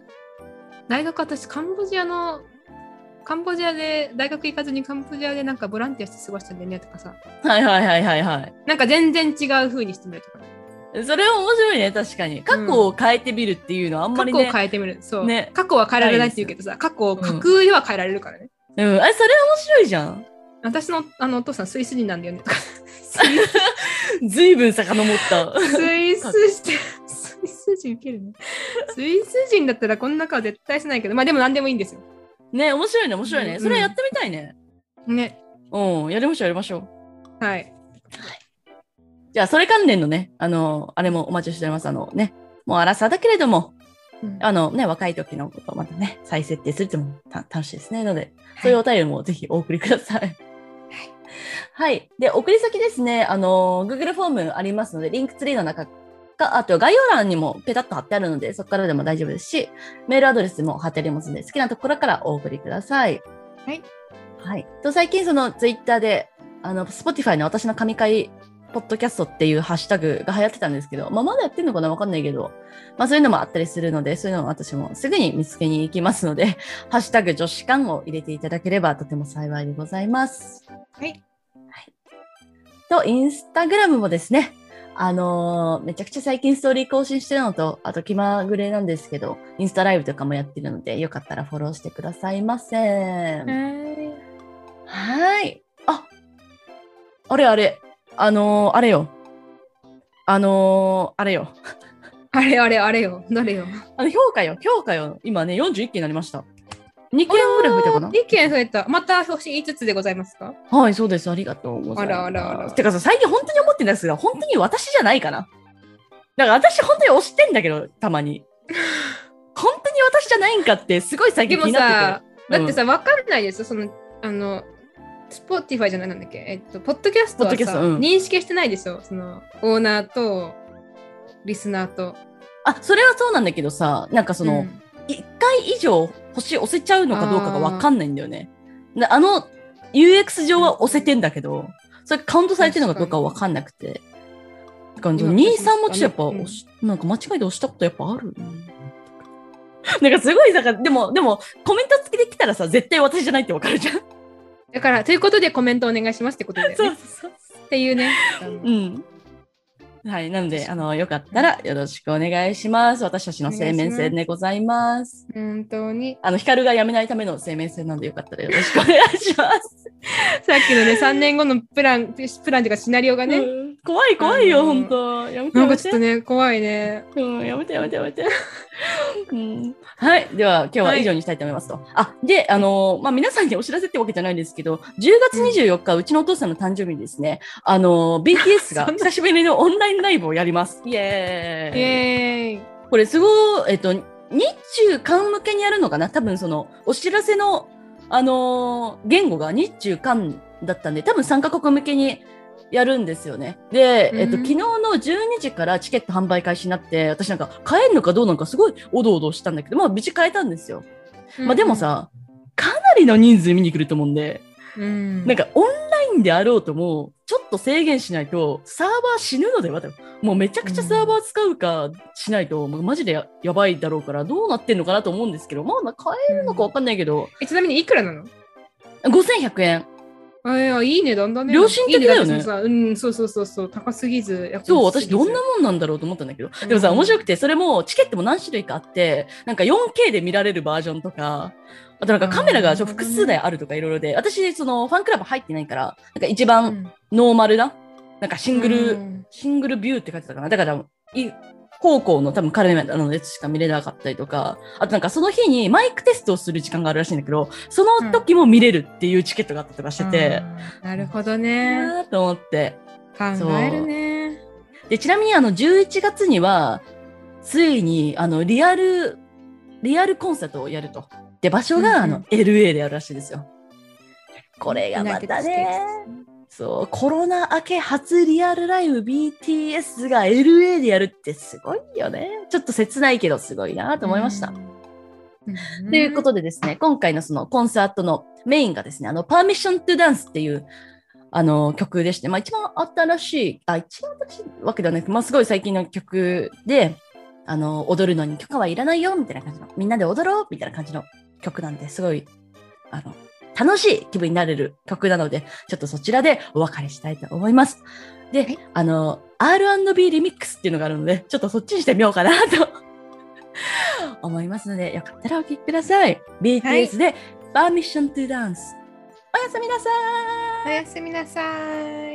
Speaker 2: 大学私カンボジアの、カンボジアで大学行かずにカンボジアでなんかボランティアして過ごしたんだよねとかさ、
Speaker 1: はいはいはいはいは
Speaker 2: なんか全然違う風にしてみるとか、
Speaker 1: い。それは面白いね、確かに。過去を変えてみるっていうのはあんま
Speaker 2: 過
Speaker 1: り
Speaker 2: 去を
Speaker 1: ね。
Speaker 2: 変えてみる。そう。
Speaker 1: ね
Speaker 2: 過去は変えられないって言うけどさ、過去を架空では変えられるからね。
Speaker 1: うん。あれ、それ面白いじゃん。
Speaker 2: 私のあのお父さんスイス人なんだよねとか。ス
Speaker 1: ずいぶん遡った。
Speaker 2: イス人、スイス人受けるね。スイス人だったらこんな顔絶対しないけど、まあでも何でもいいんですよ。
Speaker 1: ね面白いね面白いね、
Speaker 2: うん
Speaker 1: それやってみたいね
Speaker 2: ね。
Speaker 1: うんやりましょうやりましょう
Speaker 2: はい。
Speaker 1: じゃあそれ関連のねあのあれもお待ちしておりますあのねもうアラサーだけれども
Speaker 2: うん
Speaker 1: あのね若い時のことをまたね再設定するってもた楽しいですねのでそういうお便りもぜひお送りくださいはい。で、送り先ですね、あの、Google フォームありますので、リンクツリーの中か、あと概要欄にもペタッと貼ってあるので、そこからでも大丈夫ですし、メールアドレスも貼ってありますので、好きなところからお送りください。
Speaker 2: はい。
Speaker 1: はい。と、最近その Twitter で、あの、Spotify の私の神回ポッドキャストっていうハッシュタグが流行ってたんですけど、まあ、まだやってるのかなわかんないけど、まあそういうのもあったりするので、そういうのも私もすぐに見つけに行きますので、 ハッシュタグ女子館を入れていただければとても幸いでございます。
Speaker 2: はい。
Speaker 1: と、インスタグラムもですね、あのーめちゃくちゃ最近ストーリー更新してるのと、あと気まぐれなんですけど、インスタライブとかもやってるので、よかったらフォローしてくださいませ。
Speaker 2: はい
Speaker 1: はーい。あ、あれあれ。あのーあれよ。あのーあれよ。
Speaker 2: あれあれあれよ。どれよ。
Speaker 1: あの、評価よ。評価よ。今ね、41件になりました。2件ぐらい増えたかな
Speaker 2: あー二件増えた。また星5つでございますか
Speaker 1: はい、そうです。ありがとうございます。
Speaker 2: あらあらあら
Speaker 1: てかさ、最近本当に思ってんですが、本当に私じゃないかな。だから私本当に押してんだけど、たま に。本当に私じゃないんかって、すごい最
Speaker 2: で
Speaker 1: 近気
Speaker 2: も
Speaker 1: になっ
Speaker 2: さ
Speaker 1: て、
Speaker 2: だってさ、わかんないですよ。その、あの、スポーティファイじゃないなんだっけえっと、ポッドキャストは
Speaker 1: ポッドキャス
Speaker 2: さ、
Speaker 1: トうん
Speaker 2: 認識してないでしょその、オーナーと、リスナーと。
Speaker 1: て。あ、それはそうなんだけどさ、なんかその、
Speaker 2: うん
Speaker 1: 1回以上星押せちゃうのかどうかがわかんないんだよね。であの、UX 上は押せてんだけど、それカウントされてるのかどうかはわかんなくて。だから、
Speaker 2: 今
Speaker 1: 2、3もちょっとやっぱ
Speaker 2: うん
Speaker 1: 押し、なんか間違いで押したことやっぱある な。なんかすごい、だから、でも、でも、コメント付きで来たらさ、絶対私じゃないってわか るじゃん。
Speaker 2: だから、ということでコメントお願いしますってことで、ね。
Speaker 1: そうそうそ
Speaker 2: っていうね。
Speaker 1: う。うん。はい。なので、あの、よかったらよろしくお願いします。私たちの生命線でございます。
Speaker 2: 本当に。
Speaker 1: あの、ヒカルが辞めないための生命線なんでよかったらよろしくお願いします。
Speaker 2: さっきのね、3年後のプラン、プランっていうかシナリオがね、
Speaker 1: うん怖い怖いよ、
Speaker 2: あの
Speaker 1: 本当やめて
Speaker 2: な
Speaker 1: や
Speaker 2: んか
Speaker 1: め
Speaker 2: ち
Speaker 1: て
Speaker 2: ょっと。ね、怖いね。
Speaker 1: うん、やめてやめてやめて。うん、はい。では、今日は
Speaker 2: はい
Speaker 1: 以上にしたいと思いますと。あ、で、あのーまあ、皆さんにお知らせってわけじゃないんですけど、10月24日、うちのお父さんの誕生日にですね、あのー BTS が
Speaker 2: そんな
Speaker 1: 久しぶりのオンラインライブをやります。イエ
Speaker 2: イ
Speaker 1: ーイ
Speaker 2: エーイ。
Speaker 1: これすごい、えっと、日中韓向けにやるのかな多分その、お知らせの、あのー言語が日中韓だったんで、多分3カ国向けにやるんですよね。で、えっと、
Speaker 2: うん
Speaker 1: 昨日の12時からチケット販売開始になって、私なんか買えるのかどうなのかすごいおどおどしたんだけど、まあ無事買えたんですよ。まあでも、さ、かなりの人数見に来ると思うんで、
Speaker 2: うん、
Speaker 1: なんかオンラインであろうとも、ちょっと制限しないと、サーバー死ぬのではと。もうめちゃくちゃサーバー使うかしないと、もうマジでややばいだろうから、どうなってんのかなと思うんですけど、まあ、買えるのかわかんないけど、
Speaker 2: えちなみにいくらなの
Speaker 1: 5100円。
Speaker 2: あいやいい値段だね。
Speaker 1: 良心的だよね
Speaker 2: いい値段ってそのさうん、そうそうそうそう、高すぎず。安すぎず
Speaker 1: そう、私どんなもんなんだろうと思ったんだけど、でもさ、
Speaker 2: うん
Speaker 1: 面白くて、それもチケットも何種類かあって、なんか 4K で見られるバージョンとか、あとなんかカメラがちょ
Speaker 2: あー
Speaker 1: 複数台あるとかいろいろで、私、そのファンクラブ入ってないから、なんか一番
Speaker 2: うん
Speaker 1: ノーマルな、なんかシングル、
Speaker 2: うん
Speaker 1: シングルビューって書いてたかな。だから、い高校の多分彼らのやつしか見れなかったりとか、あとなんかその日にマイクテストをする時間があるらしいんだけど、その時も見れるっていうチケットがあったりとかしてて、
Speaker 2: あーなるほどね。
Speaker 1: あーと思って。
Speaker 2: 考えるね。
Speaker 1: で、ちなみにあの11月には、ついにあのリアル、リアルコンサートをやると。で、場所があ
Speaker 2: うん
Speaker 1: の LA でやるらしいですよ。これがまたね。そう、コロナ明け初リアルライブ BTS が LA でやるってすごいよね。ちょっと切ないけどすごいなと思いました。
Speaker 2: ん。
Speaker 1: ということとでですね、今回のそのコンサートのメインがですね、あの、Permission to Dance っていう、あの、曲でして、まあ一番新しい、あ、一番新しいわけではなく、まあすごい最近の曲で、あの、踊るのに許可はいらないよ、みたいな感じの、みんなで踊ろう、みたいな感じの曲なんで、すごい、あの、楽しい気分になれる曲なので、ちょっとそちらでお別れしたいと思います。で、
Speaker 2: い
Speaker 1: あの、R&B リミックスっていうのがあるので、ちょっとそっちにしてみようかなと 思いますので、よかったらお聴きください。BTS で、Permission to Dance。おやすみなさーい。
Speaker 2: おやすみなさい。